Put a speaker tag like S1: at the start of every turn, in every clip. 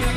S1: From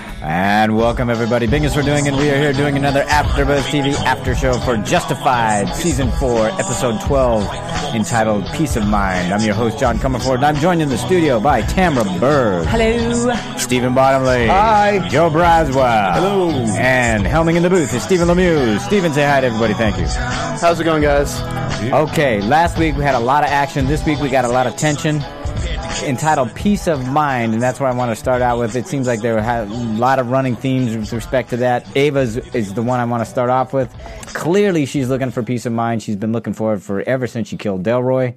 S2: And welcome everybody. Bing is for doing, and we are here doing another AfterBuzz TV after show for Justified, Season Four, Episode Twelve, entitled "Peace of Mind." I'm your host John Comerford, and I'm joined in the studio by Tamra Berg,
S3: Hello.
S2: Stephen Bottomley, Hi, Joe Braswell, Hello, and helming in the booth is Stephen Lemieux. Stephen, say hi to everybody. Thank you.
S4: How's it going, guys?
S2: Okay, last week we had a lot of action. This week we got a lot of tension. Entitled "Peace of Mind," and that's what I want to start out with. It seems like there had a lot of running themes with respect to that. Ava's is the one I want to start off with. Clearly, she's looking for peace of mind. She's been looking for it for ever since she killed Delroy.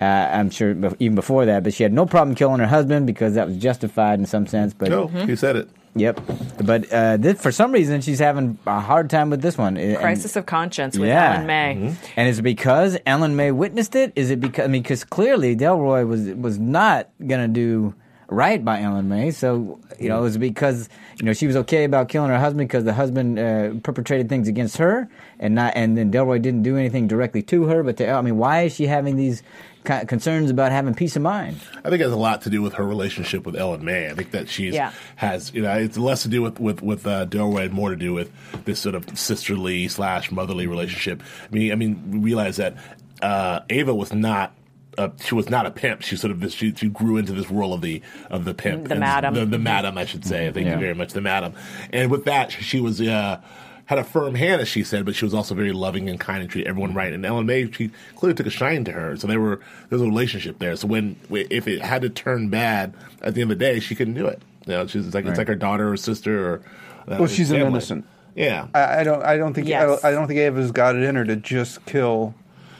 S2: Uh, I'm sure bef- even before that, but she had no problem killing her husband because that was justified in some sense. But
S5: No,
S3: Mm-hmm.
S5: you Oh, said it.
S2: yep, but uh, this, for some reason she's having a hard time with this one. And-
S3: Crisis of conscience with
S2: Yeah. Mm-hmm.
S3: Ellen May.
S2: and is it because Ellen May witnessed it? Is it because I mean, because clearly Delroy was was not gonna do right by Ellen May. So you know, is it because you know she was okay about killing her husband because the husband uh, perpetrated things against her and not, and then Delroy didn't do anything directly to her. But to, El- I mean, why is she having these ki- concerns about having peace of mind?
S5: I think it has a lot to do with her relationship with Ellen May. I think that she's
S3: Yeah.
S5: has you know it's less to do with with with uh, Delroy and more to do with this sort of sisterly slash motherly relationship. I mean, I mean, we realize that uh, Ava was not. Uh, she was not a pimp. She sort of this, she, she grew into this role of the of the pimp,
S3: The
S5: and
S3: madam.
S5: the, the madam. I should say. Thank
S2: Yeah.
S5: you very much, the madam. And with that, she was uh, had a firm hand, as she said, but she was also very loving and kind and treated everyone right. And Ellen May, she clearly took a shine to her, so there were there was a relationship there. So when if it had to turn bad at the end of the day, she couldn't do it. You know, she's it's like it's like her daughter or sister or uh,
S6: Well, she's an
S5: family.
S6: innocent.
S5: Yeah,
S6: I, I don't. I don't think. I,
S3: Yes.
S6: don't, I don't think Ava's got it in her to just kill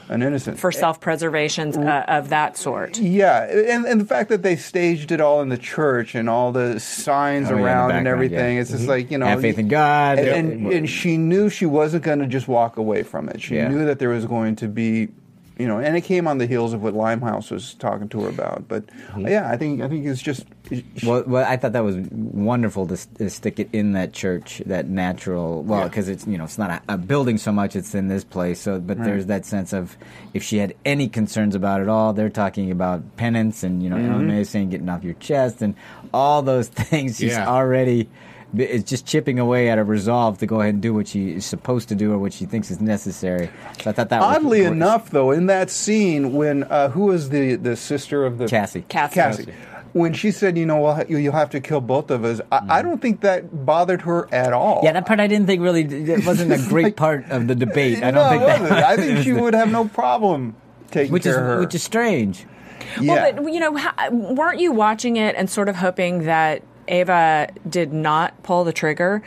S6: an innocent.
S3: For self preservation uh, of that sort.
S6: yeah, and and the fact that they staged it all in the church and all the signs
S2: Oh, yeah, in the
S6: around
S2: background,
S6: and
S2: yeah. Mm-hmm.
S6: everything, it's just like you know,
S2: Have faith in God.
S6: And, and, and she knew she wasn't going to just walk away from it. She
S2: Yeah.
S6: knew that there was going to be, you know, and it came on the heels of what Limehouse was talking to her about. But yeah, I think I think it's just it- she-
S2: Mm-hmm. Well, well, I thought that was wonderful to, s- to stick it in that church, that natural. Well,
S5: Yeah.
S2: because it's you know it's not a, a building so much; it's in this place. So, but there's that sense of if she had any concerns about it all, they're talking about penance and you know Ellen
S6: Mm-hmm.
S2: May is saying getting off your chest and all those things. She's
S5: Yeah.
S2: already it's just chipping away at a resolve to go ahead and do what she is supposed to do or what she thinks is necessary. So I thought that was-
S6: Oddly
S2: was,
S6: enough, though, in that scene when uh, who was the the sister of the
S2: Cassie.
S3: Cassie.
S6: Cassie. When she said, "You know, well, you- you'll have to kill both of us," I, I don't think that bothered her at all.
S2: Mm. Yeah, that part I didn't think really it wasn't a great part of the debate. I don't
S6: no,
S2: think
S6: it
S2: that.
S6: wasn't. I think she would have no problem taking
S2: which
S6: care
S2: is
S6: of her.
S2: which is strange.
S6: yeah.
S3: Well, but you know, how, weren't you watching it and sort of hoping that Ava did not pull the trigger?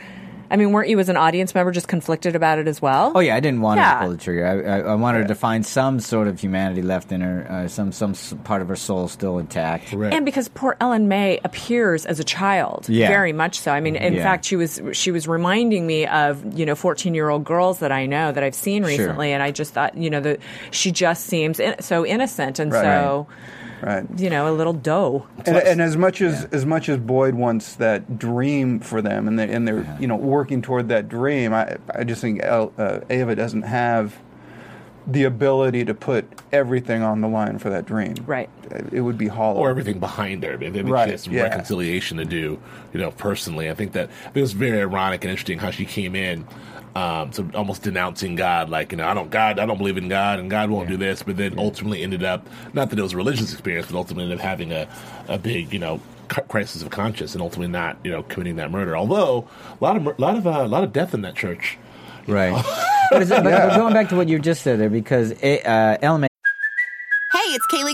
S3: I mean, weren't you as an audience member just conflicted about it as well?
S2: Oh yeah, I didn't want her
S3: Yeah.
S2: to pull the trigger. I, I, I wanted her to find some sort of humanity left in her, uh, some some s- part of her soul still intact.
S5: Correct.
S3: And because poor Ellen May appears as a child,
S2: Yeah.
S3: very much so. I mean, in
S2: Yeah.
S3: fact, she was she was reminding me of you know fourteen year old girls that I know that I've seen recently, and I just thought you know that she just seems in, so innocent and
S6: Right.
S3: so
S6: right.
S3: you know a little dough.
S6: And, and as much as as much as Boyd wants that dream for them, and they, and they're you know working toward that dream, I I just think El, uh, Ava doesn't have the ability to put everything on the line for that dream.
S3: Right.
S6: It would be hollow.
S5: or everything behind her. Maybe maybe
S6: Right,
S5: she has some
S6: yeah.
S5: reconciliation to do, you know, personally. I think that I think it was very ironic and interesting how she came in, um, so almost denouncing God, like you know, I don't God, I don't believe in God, and God won't do this. But then ultimately ended up, not that it was a religious experience, but ultimately ended up having a, a big, you know. cr- Crisis of conscience, and ultimately not, you know, committing that murder. Although a lot of mur- lot of uh, a lot of death in that church.
S2: Right. but, is it, but but going back to what you just said there, because eh, uh, Ellen May
S7: Hey, it's
S4: Kaylee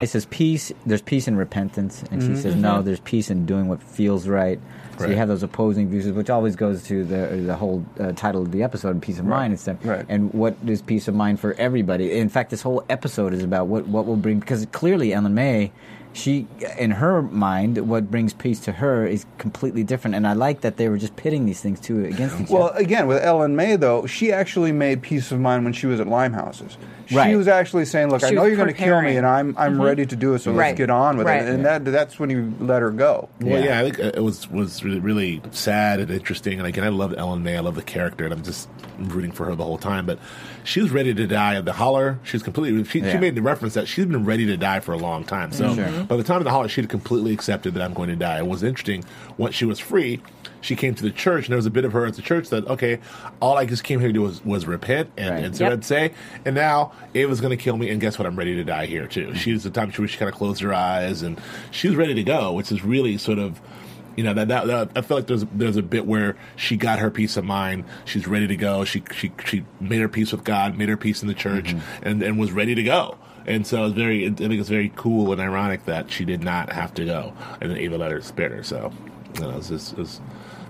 S2: It says peace. There's peace in repentance, and
S6: Mm-hmm,
S2: she says no. There's peace in doing what feels right. So you
S5: Right.
S2: have those opposing views, which always goes to the the whole uh, title of the episode, "Peace of Mind," and stuff.
S6: Right.
S2: And what is peace of mind for everybody? In fact, this whole episode is about what what will bring because clearly Ellen May, she in her mind, what brings peace to her is completely different. And I like that they were just pitting these things too against each
S6: Well,
S2: other.
S6: again, with Ellen May, though, she actually made peace of mind when she was at Limehouse's. She
S2: Right.
S6: was actually saying, "Look, I
S3: She
S6: know
S3: was
S6: you're going to kill me,
S3: preparing. Mm-hmm.
S6: and I'm I'm ready to do it. So
S3: Right.
S6: let's get on with
S3: Right.
S6: it." And that that's when you let her go.
S5: Well,
S2: Yeah.
S5: yeah, I think uh, it was was really, really sad and interesting. And again, I love Ellen May. I love the character, and I'm just rooting for her the whole time. But she was ready to die at the holler. She was completely. She,
S2: Yeah. Mm-hmm.
S5: she made the reference that she's been ready to die for a long time. So by the time of the holler, she'd completely accepted that I'm going to die. It was interesting. Once she was free, she came to the church, and there was a bit of her at the church that okay, all I just came here to do was, was repent and,
S2: Right.
S5: and so
S3: Yep.
S5: I'd say. And now Ava's going to kill me, and guess what? I'm ready to die here too. She was the time she, she kind of closed her eyes, and she was ready to go, which is really sort of. You know that, that, that I feel like there's there's a bit where she got her peace of mind. She's ready to go. She she she made her peace with God, made her peace in the church, and, and was ready to go. And so it's very I think it's very cool and ironic that she did not have to go, and then Ava let her spared her. So you know, it's just, it's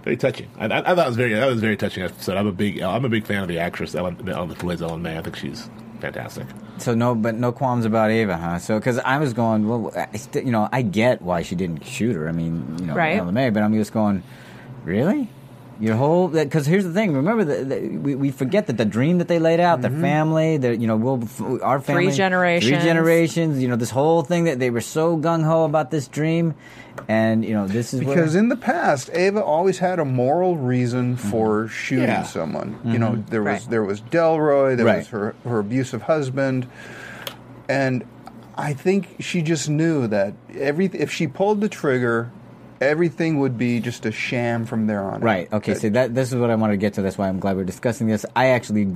S5: very touching. I, I, I thought it was very that was a very touching episode. I'm a big I'm a big fan of the actress Ellen, Ellen who plays Ellen May. I think she's fantastic.
S2: So no, but no qualms about Ava, huh? So because I was going, well, I st- you know, I get why she didn't shoot her. I mean, you know,
S3: Right.
S2: LMA, but I'm just going, really? Your whole because here's the thing. Remember that that we, we forget that the dream that they laid out, their family, their you know, we'll, f- our family,
S3: generations.
S2: three generations. You know, this whole thing that they were so gung ho about this dream, and you know, this is
S6: Because
S2: where,
S6: in the past, Ava always had a moral reason
S2: Mm-hmm.
S6: for shooting
S5: Yeah.
S6: someone. You know, there was
S3: Right.
S6: there was Delroy, there
S2: Right.
S6: was her her abusive husband, and I think she just knew that every if she pulled the trigger, everything would be just a sham from there on. out.
S2: Right. Okay.
S6: That-
S2: So that this is what I wanted to get to. That's why I'm glad we're discussing this. I actually, uh,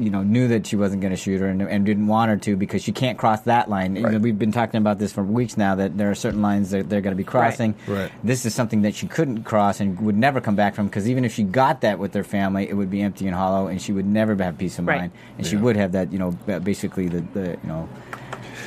S2: you know, knew that she wasn't going to shoot her and, and didn't want her to because she can't cross that line. You know,
S6: Right.
S2: we've been talking about this for weeks now that there are certain lines that they're going to be crossing.
S5: Right.
S2: This is something that she couldn't cross and would never come back from because even if she got that with their family, it would be empty and hollow, and she would never have peace of
S3: Right.
S2: mind, and she would have that, you know, ba- basically the, the you know.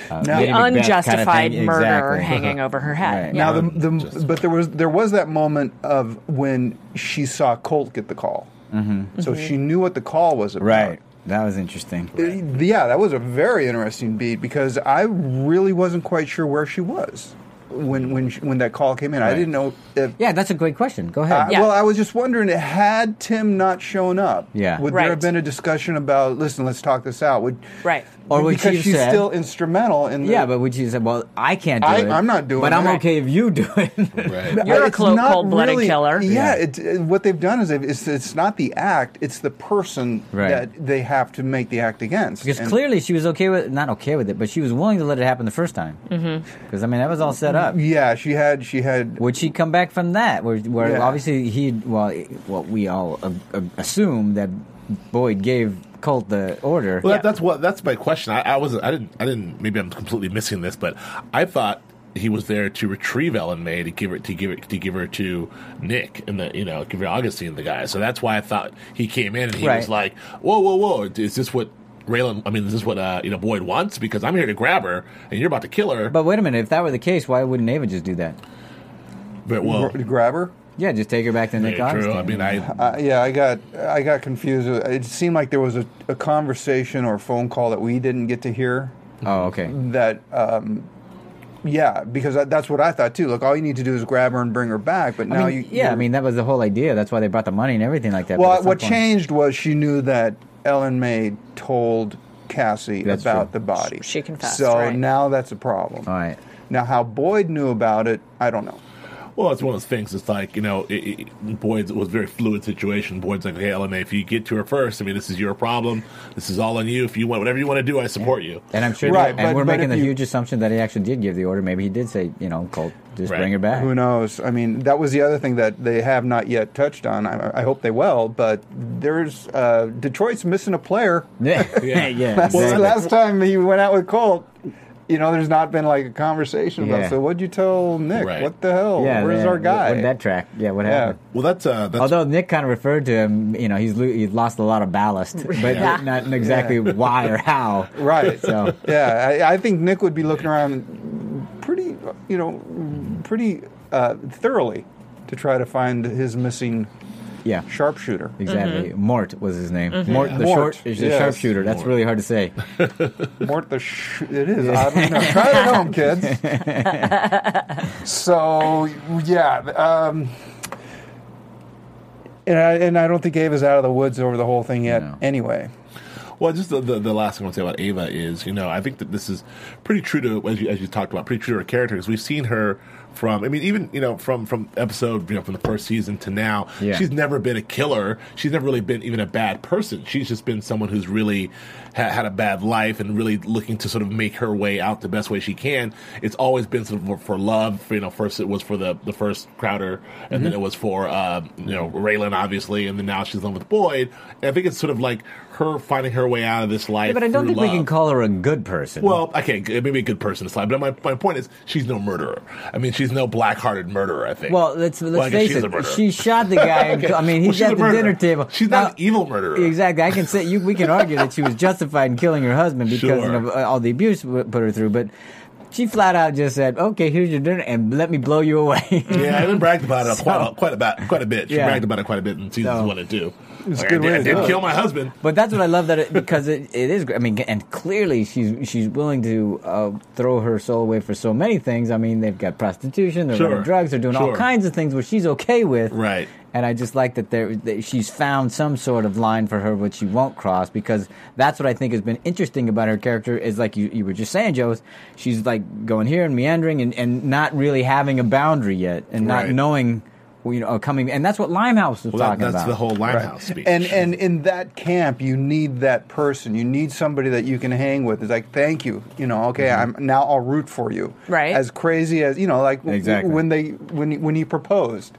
S2: Uh,
S6: Now-
S2: Lady Macbeth kinda
S3: Unjustified
S2: thing.
S3: murder
S2: Exactly.
S3: hanging over her
S2: Right.
S3: head. Yeah.
S6: Now the,
S5: Um,
S6: the
S5: just-
S6: but there was there was that moment of when she saw Colt get the call, mm-hmm. so she knew what the call was about.
S2: Right. That was interesting.
S6: Uh, Yeah, that was a very interesting beat because I really wasn't quite sure where she was when when she, when that call came in. I
S2: Right.
S6: didn't know if.
S2: Yeah, that's a great question. Go
S6: I-
S2: ahead.
S3: Yeah.
S6: Well, I was just wondering, had Tim not shown up,
S2: Yeah.
S6: would
S3: Right.
S6: there have been a discussion about? Listen, let's talk this out. Would
S3: Right.
S2: Or would she
S6: because
S2: have
S6: she's
S2: said-
S6: still instrumental in the,
S2: Yeah, but would you say, well, I can't do
S6: I-
S2: it.
S6: I'm not doing
S2: But I'm
S6: it.
S2: okay if you do it.
S5: Right.
S3: You're a
S6: it's
S3: clo-
S6: not
S3: cold-blooded killer.
S6: Yeah,
S2: Yeah.
S6: It, it- what they've done is they've, it's, it's not the act; it's the person
S2: Right.
S6: that they have to make the act against.
S2: Because
S6: And-
S2: clearly she was okay with not okay with it, but she was willing to let it happen the first time. Because mm-hmm. I mean that was all set up.
S6: yeah, she had she had
S2: Would she come back from that? Where, where
S6: Yeah.
S2: obviously he, well, it- well, we all uh, uh, assume that Boyd gave Colt the order.
S5: Well, that, that's what that's my question. I, I wasn't. I didn't. I didn't. Maybe I'm completely missing this, but I thought he was there to retrieve Ellen May to give it to give it to give her to Nick and the you know give her Augustine the guy. So that's why I thought he came in and he
S2: Right.
S5: was like, whoa, whoa, whoa, is this what? Raylan, I mean, is this what uh, you know Boyd wants? Because I'm here to grab her, and you're about to kill her.
S2: But wait a minute, if that were the case, why wouldn't Ava just do that?
S5: But well,
S6: gr- grab her.
S2: Yeah, just take her back to Nick
S5: yeah, true.
S2: Augustine.
S5: I mean, I
S6: Uh, yeah, I got I got confused. It seemed like there was a, a conversation or a phone call that we didn't get to hear.
S2: oh, okay.
S6: That um, yeah, because that- that's what I thought too. Look, all you need to do is grab her and bring her back. But now
S2: I mean,
S6: you
S2: yeah, I
S6: you're-
S2: mean that was the whole idea. That's why they brought the money and everything like that. but at
S6: well,
S2: some
S6: what
S2: point-
S6: changed was she knew that Ellen May told Cassie
S2: That's
S6: about
S2: true.
S6: the body.
S3: She confessed,
S6: So
S3: right.
S6: now that's a problem.
S2: All right.
S6: Now how Boyd knew about it, I don't know.
S5: Well, it's one of those things. It's like you know, it, it, Boyd's it was a very fluid situation. Boyd's like, hey, LMA, if you get to her first, I mean, this is your problem. This is all on you. If you want whatever you want to do, I support you.
S2: And I'm sure,
S6: Right,
S2: and
S6: but-
S2: we're
S6: but
S2: making
S6: if
S2: the
S6: you-
S2: huge assumption that he actually did give the order. Maybe he did say, you know, Colt, just
S5: Right.
S2: bring her back.
S6: Who knows? I mean, that was the other thing that they have not yet touched on. I, I hope they will, but there's uh, Detroit's missing a player.
S2: Yeah,
S5: Yeah.
S2: yeah.
S6: Well,
S2: exactly.
S6: the last time he went out with Colt, you know, there's not been like a conversation
S2: Yeah.
S6: about. So, what'd you tell Nick?
S5: Right.
S6: What the hell?
S2: yeah,
S6: Where's
S2: yeah.
S6: our guy?
S2: What, what that track? Yeah, what
S6: Yeah.
S2: happened?
S5: Well, that's uh, that's
S2: Although Nick kind of referred to him, you know, he's lo- he's lost a lot of ballast, but not exactly why or how.
S6: Right.
S2: So-
S6: yeah, I, I think Nick would be looking around pretty, you know, pretty uh, thoroughly to try to find his missing
S2: Yeah,
S6: sharpshooter.
S2: exactly.
S5: Mm-hmm.
S2: Mort was his name. Mort the
S6: Mort,
S2: short, is
S6: yes.
S2: the sharpshooter. That's really hard to say.
S6: Mort the sh- it is. I don't know. Try it at home, kids. so yeah, um, and I, and I don't think Ava's out of the woods over the whole thing yet.
S2: No.
S6: Anyway,
S5: Well, just the, the, the last thing I want to say about Ava is, you know, I think that this is pretty true to as you, as you talked about, pretty true to her character because we've seen her from. I mean, even you know, from from episode, you know, from the first season to now,
S2: Yeah.
S5: she's never been a killer. She's never really been even a bad person. She's just been someone who's really ha- had a bad life and really looking to sort of make her way out the best way she can. It's always been sort of for, for love. For, you know, first it was for the the first Crowder, and
S2: Mm-hmm.
S5: then it was for um, you know Raylan, obviously, and then now she's in love with Boyd. And I think it's sort of like her finding her way out of this life.
S2: Yeah, but I don't
S5: through
S2: think we can
S5: love.
S2: call her a good person.
S5: Well, okay, g- maybe a good person to slide, but my, my point is she's no murderer. I mean, she's no black-hearted murderer. I think.
S2: Well, let's let's
S5: Well, I guess
S2: face
S5: she's a
S2: it.
S5: murderer.
S2: She shot the guy.
S5: Okay.
S2: I mean,
S5: Well,
S2: he's
S5: she's a
S2: at the
S5: murderer.
S2: dinner table.
S5: She's not an evil murderer.
S2: Exactly. I can say you, we can argue that she was justified in killing her husband because
S5: Sure.
S2: of uh, all the abuse w- put her through, but. She flat out just said, "Okay, here's your dinner, and let me blow you away."
S5: Yeah, I've been bragged about it quite, a,
S2: So-
S5: quite a bit. Quite a bit. She
S2: Yeah.
S5: bragged about it quite a bit in seasons
S2: So-
S5: one and two.
S6: was a
S5: Like,
S6: good
S5: I did,
S6: way
S5: I
S6: to
S5: did
S6: do it.
S5: kill my husband.
S2: But that's what I love that it, because it, it is. I mean, and clearly she's she's willing to uh, throw her soul away for so many things. I mean, they've got prostitution, they're
S5: Sure.
S2: running drugs, they're doing all
S5: Sure.
S2: kinds of things which she's okay with.
S5: Right.
S2: And I just like that there that she's found some sort of line for her which she won't cross because that's what I think has been interesting about her character is like you, you were just saying, Joe, is she's like going here and meandering and, and not really having a boundary yet and not
S5: Right.
S2: knowing. well, You know, coming, and that's what Limehouse was
S5: Well, that,
S2: talking
S5: that's
S2: about.
S5: the whole Limehouse speech.
S6: and and in that camp, you need that person. You need somebody that you can hang with. It's like, thank you. You know, okay,
S5: Mm-hmm.
S6: I'm now I'll root for you.
S3: Right.
S6: As crazy as you know, like w-
S2: Exactly.
S6: when they when when he proposed,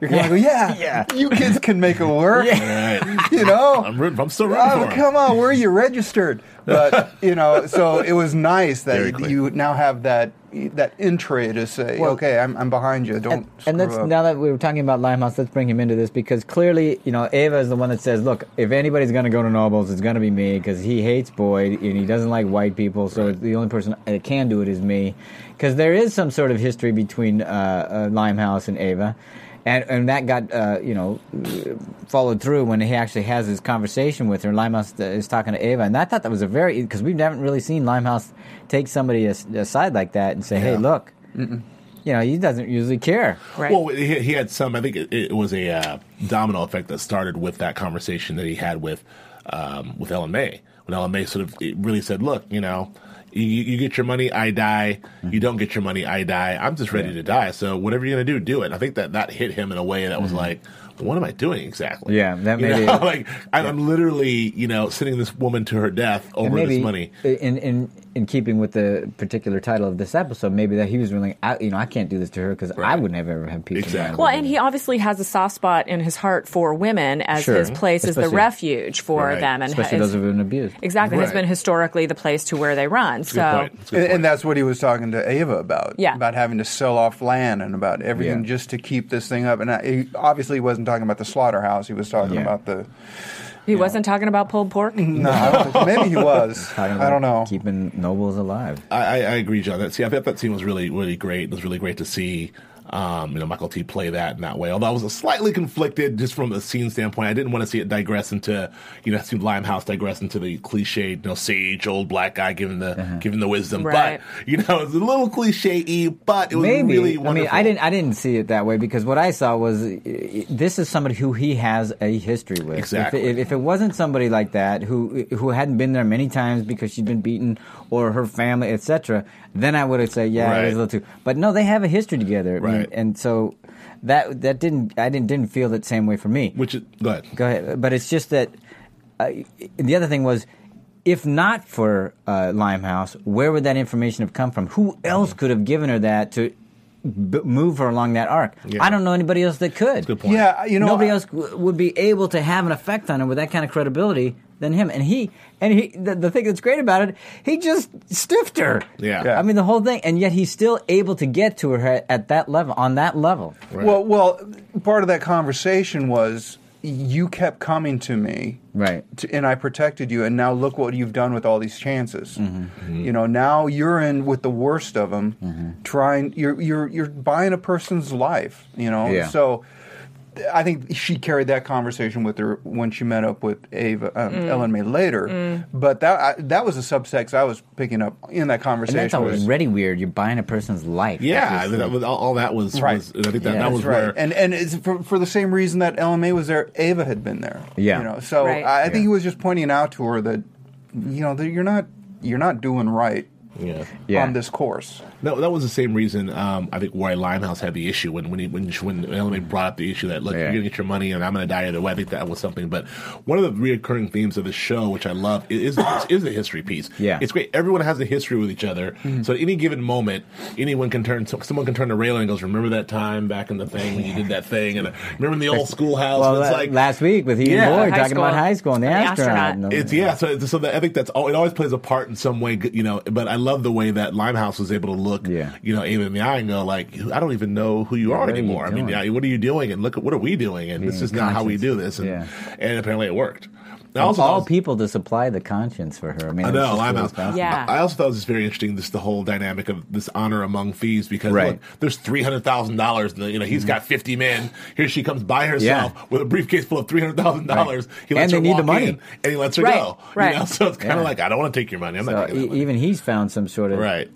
S6: you're kind
S2: Yeah.
S6: of like, yeah,
S2: Yeah.
S6: you kids can make it work.
S5: Right.
S6: You know,
S5: I'm rooting. I'm still rooting
S6: Oh,
S5: for him.
S6: come on, where are you registered? But you know, so it was nice
S5: Very
S6: that
S5: clear.
S6: you now have that that entry to say,
S2: Well-
S6: okay, I'm, I'm behind you. Don't
S2: and,
S6: screw
S2: and let's
S6: up.
S2: now that we were talking about Limehouse, let's bring him into this because clearly, you know, Ava is the one that says, "Look, if anybody's going to go to Nobles, it's going to be me because he hates Boyd and he doesn't like white people. So the only person that can do it is me." Because there is some sort of history between uh, uh, Limehouse and Ava, and and that got uh, you know followed through when he actually has his conversation with her. Limehouse uh, is talking to Ava, and I thought that was a very because we haven't really seen Limehouse take somebody as- aside like that and say, "Hey, look." You know, he doesn't usually care.
S3: Right.
S5: Well, he, he had some. I think it, it was a uh, domino effect that started with that conversation that he had with um, with Ellen May. When Ellen May sort of it really said, "Look, you know, you, you get your money, I die. You don't get your money, I die. I'm just ready to die. So whatever you're gonna do, do it." I think that that hit him in a way that was like. What am I doing exactly?
S2: Mm-hmm. Yeah, that
S5: You
S2: made
S5: know,
S2: it-
S5: like I'm, I'm literally, you know, sending this woman to her death over
S2: And maybe
S5: this money.
S2: in in in keeping with the particular title of this episode, maybe that he was really, I, you know, I can't do this to her because I
S5: Right.
S2: wouldn't have ever had peace. of
S5: Exactly.
S2: mind.
S3: Well, and he obviously has a soft spot in his heart for women as
S2: Sure.
S3: his place is the
S2: Especially-
S3: refuge for
S5: Right.
S3: them, and
S2: especially
S3: has,
S2: those who've been abused.
S3: exactly has
S5: Right.
S3: been historically the place to where they run.
S5: Good
S3: So,
S5: point. That's a good
S6: And,
S5: point.
S6: and that's what he was talking to Ava about.
S3: Yeah.
S6: About having to sell off land and about everything
S2: Yeah.
S6: just to keep this thing up. And I, he obviously he wasn't talking about the slaughterhouse. He was talking
S2: Yeah.
S6: about the.
S3: he wasn't talking about pulled pork.
S6: No, I don't think, maybe he was.
S2: Talking
S6: I don't
S2: about
S6: know.
S2: Keeping nobles alive.
S5: I, I, I agree, John. That see, I thought that scene was really, really great. It was really great to see, um, you know, Michael T. play that in that way. Although I was slightly conflicted just from a scene standpoint. I didn't want to see it digress into, you know, see Limehouse digress into the cliched, you know, sage old black guy giving the
S2: Uh-huh.
S5: giving the wisdom.
S3: Right.
S5: But you know, it's a little cliche y, but it was
S2: Maybe
S5: really
S2: I mean
S5: wonderful.
S2: I didn't I didn't see it that way because what I saw was uh, this is somebody who he has a history with. If it-
S5: Exactly.
S2: If, if it wasn't somebody like that who who hadn't been there many times because she'd been beaten or her family etc., then I would have said yeah it
S5: Right.
S2: was a little too. But no, they have a history together.
S5: Right. Right.
S2: and so that that didn't I didn't didn't feel that same way for me.
S5: Which is go ahead.
S2: Go ahead, but it's just that uh, the other thing was. If not for uh, Limehouse, where would that information have come from? Who else could have given her that to b- move her along that arc?
S5: Yeah.
S2: I don't know anybody else that could.
S5: Good point.
S6: Yeah, you know,
S2: nobody
S6: I-
S2: else w- would be able to have an effect on her with that kind of credibility than him. And he, and he, the, the thing that's great about it, he just stiffed her.
S5: Yeah. Yeah.
S2: I mean the whole thing, and yet he's still able to get to her at that level, on that level.
S5: Right.
S6: Well, well, part of that conversation was you kept coming to me,
S2: Right.
S6: to, and I protected you, and now look what you've done with all these chances.
S2: Mm-hmm.
S6: You know, now you're in with the worst of them,
S2: Mm-hmm.
S6: trying. You're you're you're buying a person's life. You know,
S2: Yeah.
S6: so. I think she carried that conversation with her when she met up with Ava um, Ellen May later, but that I, that was a subtext I was picking up in that
S2: And
S6: conversation.
S2: that's
S6: was-
S2: already weird. You're buying a person's life.
S5: Yeah,
S2: That's
S5: I mean, that was, all, all that was,
S6: Right.
S5: was- and I think that,
S2: Yeah,
S5: that
S2: that's
S5: was
S6: right.
S5: where
S6: And and it's for, for the same reason that LMA was there, Ava had been there.
S2: Yeah.
S6: You know, so
S3: Right.
S6: I, I think
S2: Yeah.
S6: he was just pointing out to her that you know that you're not you're not doing right
S5: yeah.
S2: Yeah.
S6: on this course.
S5: That, that was the same reason um, I think Roy Limehouse had the issue when when he, when she, when Ellen brought up the issue that look
S2: Yeah.
S5: you're gonna get your money and I'm gonna die either way. I think that was something. But one of the reoccurring themes of the show, which I love, i- is is the history piece.
S2: Yeah. Mm-hmm.
S5: it's great. Everyone has a history with each other. So at any given moment, anyone can turn so- someone can turn to Raylan and goes, "Remember that time back in the thing when you did that thing?" And uh, remember in the old schoolhouse.
S2: Well,
S5: And it's
S2: la-
S5: like
S2: last week with he
S5: Yeah.
S2: and Boyd
S3: High
S2: talking about
S3: school.
S2: high school and the,
S3: The
S2: astronaut.
S3: astronaut.
S2: and the-
S5: It's yeah. So so that, I think that's all. It always plays a part in some way, you know. But I love the way that Limehouse was able to look,
S2: Yeah.
S5: you know, Ava in the eye and go like, I don't even know who you are
S2: what are you
S5: anymore. I mean,
S2: doing?
S5: yeah, what are you doing? And look at what are we doing? And this is not how we do this. And,
S2: Yeah.
S5: and apparently it worked. I
S2: Of
S5: also
S2: all
S5: thought-
S2: people to supply the conscience for her. I mean,
S5: I
S2: it's
S5: know
S2: just really
S5: Limehouse.
S2: fascinating.
S3: Yeah.
S5: I I also thought it was very interesting. This the whole dynamic of this honor among thieves because
S2: Right. Mm-hmm.
S5: look, there's three hundred thousand dollars. You know, he's got fifty men. Here she comes by herself
S2: Yeah.
S5: with a briefcase full of three hundred thousand dollars. He
S2: And
S5: lets
S2: they
S5: her
S2: need the
S5: walk
S2: money.
S5: in, and he lets her
S3: Right,
S5: go.
S3: right.
S5: You know? So it's kind of
S2: Yeah.
S5: like I don't want to take your money. I'm
S2: So
S5: not taking
S2: e-
S5: that money.
S2: even he's found some sort of
S5: right.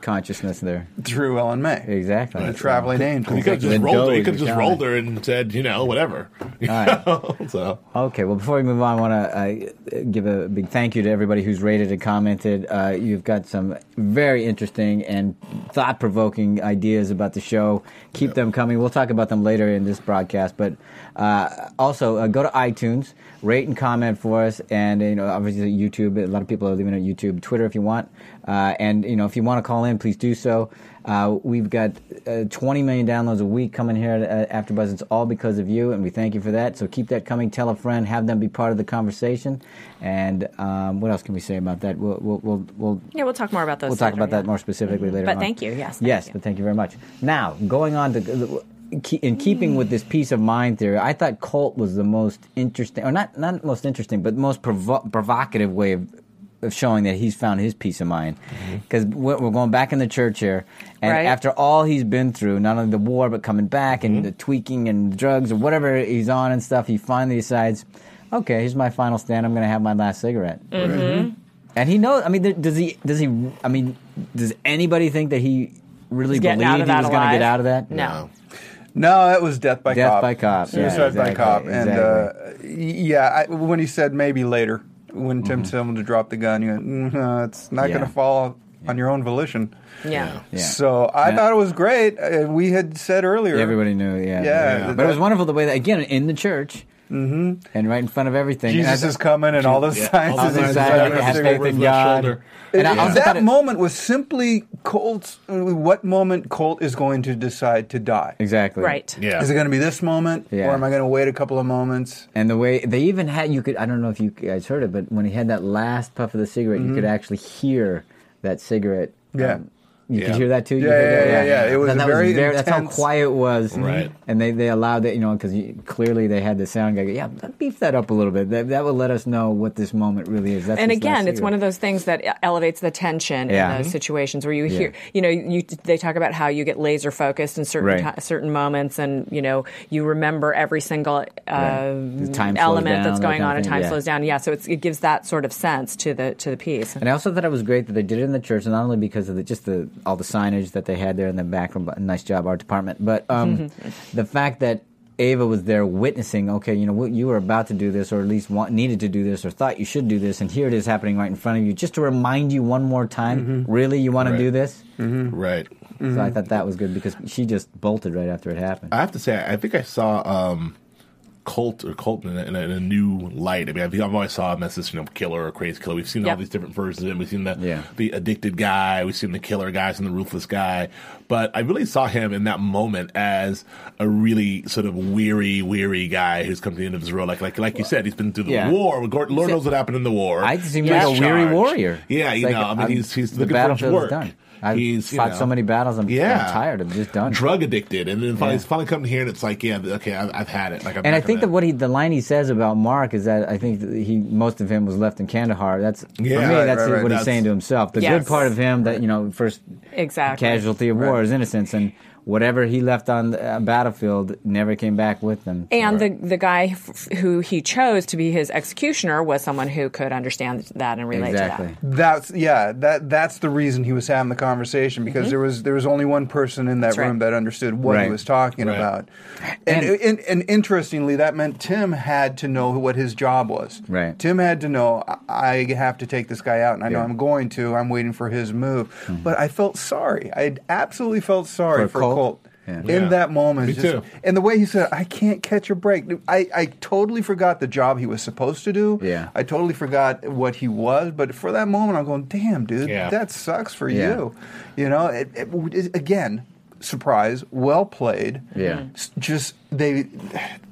S2: consciousness there.
S6: Through Ellen May.
S2: Exactly.
S6: The traveling angel.
S5: He could have just
S2: Then
S5: rolled her. He
S2: Doe
S5: could
S2: is
S5: have just
S2: gone.
S5: rolled her and said, you know, whatever. You know? so
S2: Okay, well, before we move on, I want to uh, give a big thank you to everybody who's rated and commented. Uh, you've got some very interesting and thought provoking ideas about the show. Keep them coming. We'll talk about them later in this broadcast. But uh, also, uh, go to iTunes, rate and comment for us. And, you know, obviously, YouTube. A lot of people are leaving on YouTube, Twitter if you want. Uh, and, you know, if you want to call in, please do so. Uh, we've got uh, 20 million downloads a week coming here at uh, AfterBuzz. It's all because of you, and we thank you for that. So keep that coming. Tell a friend. Have them be part of the conversation. And um, what else can we say about that? We'll we'll we'll, we'll,
S3: Yeah, we'll talk more about those.
S2: we'll talk
S3: later,
S2: about that
S3: yeah. Mm-hmm.
S2: more specifically later.
S3: But
S2: on.
S3: thank you. Yes. thank
S2: yes,
S3: you.
S2: but thank you very much. Now going on to. uh, In keeping with this peace of mind theory, I thought cult was the most interesting, or not not most interesting, but most provo- provocative way of, of showing that he's found his peace of mind. Because we're, we're going back in the church here, and
S3: Mm-hmm. Right. Mm-hmm.
S2: after all he's been through, not only the war but coming back and the tweaking and drugs or whatever he's on and stuff, he finally decides, okay, here's my final stand. I'm going to have my last cigarette.
S3: Mm-hmm.
S2: And he knows. I mean, there- does he? Does he? I mean, does anybody think that he really
S3: getting
S2: believed
S3: out
S2: he
S3: of that
S2: was going to
S3: alive?
S2: get out of that?
S3: No.
S6: No, that was death by
S2: Death
S6: cop.
S2: by cop. Yeah,
S6: Suicide by
S2: exactly,
S6: cop. And uh, yeah, I, when he said maybe later, when Tim Tillman to drop the gun, you went, mm, uh, it's not
S2: Mm-hmm. Yeah.
S6: going to fall on your own volition.
S3: Yeah.
S2: Yeah.
S6: So I
S2: Yeah.
S6: thought it was great. Uh, we had said earlier.
S2: Everybody knew. Yeah.
S6: Yeah.
S2: But it was wonderful the way that again in the church. Mm-hmm. And right in front of everything. And I
S6: Jesus
S2: thought-
S6: is coming and all those
S5: Yeah.
S6: signs.
S5: All
S6: is
S5: the
S2: Other
S5: signs
S2: side,
S5: Right,
S2: like,
S5: right,
S2: have
S5: right,
S2: faith
S5: right,
S2: in
S5: right,
S2: God.
S5: shoulder.
S2: And I
S6: It-
S2: also
S6: That
S2: thought it-
S6: moment was simply Colt's. What moment Colt is going to decide to die?
S2: Exactly.
S3: Right.
S5: yeah.
S6: Is it going to be this moment,
S2: Yeah.
S6: or am I going to wait a couple of moments?
S2: And the way they even had you could I don't know if you guys heard it, but when he had that last puff of the cigarette, you could actually hear that cigarette.
S6: Mm-hmm.
S2: um,
S6: Yeah.
S2: you
S5: Yeah.
S2: could hear that too. You
S6: Yeah,
S2: heard
S6: yeah,
S2: that?
S6: yeah, yeah. It
S2: I
S6: was
S2: thought
S6: a
S2: that
S6: very
S2: That's how
S6: intense-
S2: quiet it was.
S5: Mm-hmm. Right.
S2: And they, they allowed that, you know, because clearly they had the sound guy. go, Yeah, beef that up a little bit. That that will let us know what this moment really is. That's
S3: and
S2: this last
S3: again, it's
S2: cigarette.
S3: one of those things that e, elevates the tension
S2: Yeah.
S3: in those
S2: Mhm.
S3: situations where you
S2: Yeah.
S3: hear, you know, you they talk about how you get laser focused in certain
S2: Right.
S3: ti- certain moments, and you know, you remember every single uh,
S2: The time slows
S3: element
S2: down,
S3: that's
S2: that
S3: going
S2: kind of
S3: on, and
S2: thing,
S3: time
S2: yeah.
S3: slows down. Yeah, so it's, it gives that sort of sense to the to the piece.
S2: And I also thought it was great that they did it in the church, not only because of the, just the all the signage that they had there in the back room. but Nice job, art department. But um, the fact that Ava was there witnessing, okay, you know, what you were about to do this, or at least want, needed to do this, or thought you should do this, and here it is happening right in front of you, just to remind you one more time, really, you want
S5: Mm-hmm. Right. Mm-hmm.
S2: to do this?
S5: Right.
S2: So I thought that was good because she just bolted right after it happened.
S5: I have to say, I think I saw um, Colt or Colton in a, in a, in a new light. I mean, I've, I've always saw him as this you know killer or crazy killer. We've seen all
S3: Yep.
S5: these different versions of him. We've seen the
S2: Yeah.
S5: the addicted guy. We've seen the killer guys and the ruthless guy. But I really saw him in that moment as a really sort of weary, weary guy who's come to the end of his road. Like like like you said, he's been through the
S2: Yeah.
S5: war. Lord Lord knows what happened in the war.
S2: I just seem
S5: He
S2: like
S5: was
S2: a weary
S5: charged.
S2: warrior.
S5: Yeah,
S2: It's
S5: you
S2: like,
S5: know, I mean,
S2: I'm-
S5: he's he's
S2: the
S5: looking for his
S2: battlefield is
S5: work.
S2: done. I've
S5: He's, you
S2: fought
S5: know-
S2: so many battles. I'm, I'm tired. I'm just done.
S5: Drug addicted, and then finally,
S2: Yeah.
S5: he's finally come here, and it's like, yeah, okay, I've, I've had it. Like, I'm
S2: and
S5: not
S2: I think
S5: gonna-
S2: that what he, the line he says about Mark is that I think that he, most of him was left in Kandahar. That's
S5: Yeah,
S2: for me.
S5: right,
S2: that's
S5: right, right.
S2: what
S5: That's-
S2: he's saying to himself. The
S3: Yes.
S2: good part of him that you know, first
S3: Exactly.
S2: casualty of war is innocence, and whatever he left on the uh, battlefield never came back with them.
S3: And the the guy f- who he chose to be his executioner was someone who could understand that and relate
S2: exactly.
S3: to that.
S6: That's yeah. That that's the reason he was having the conversation because there was there was only one person in that
S3: right.
S6: room that understood what
S2: Right.
S6: he was talking
S5: Right.
S6: about, and and,
S2: And-
S6: and interestingly, that meant Tim had to know what his job was.
S2: Right.
S6: Tim had to know I I have to take this guy out, and I know
S2: Yeah. Mm-hmm.
S6: I'm going to. I'm waiting for his move, but I felt sorry. I absolutely felt sorry
S2: For
S6: for,
S2: Colt?
S6: Colt.
S2: Yeah.
S6: In
S5: Yeah.
S6: that moment,
S5: Me
S6: just-
S5: too.
S6: and the way he said, "I can't catch a break." I, I totally forgot the job he was supposed to do.
S2: Yeah.
S6: I totally forgot what he was, but for that moment, I'm going, damn, dude,
S5: Yeah.
S6: that sucks for
S2: Yeah.
S6: you. You know, it, it, it- again, surprise, well played.
S2: Yeah.
S6: S- Just they,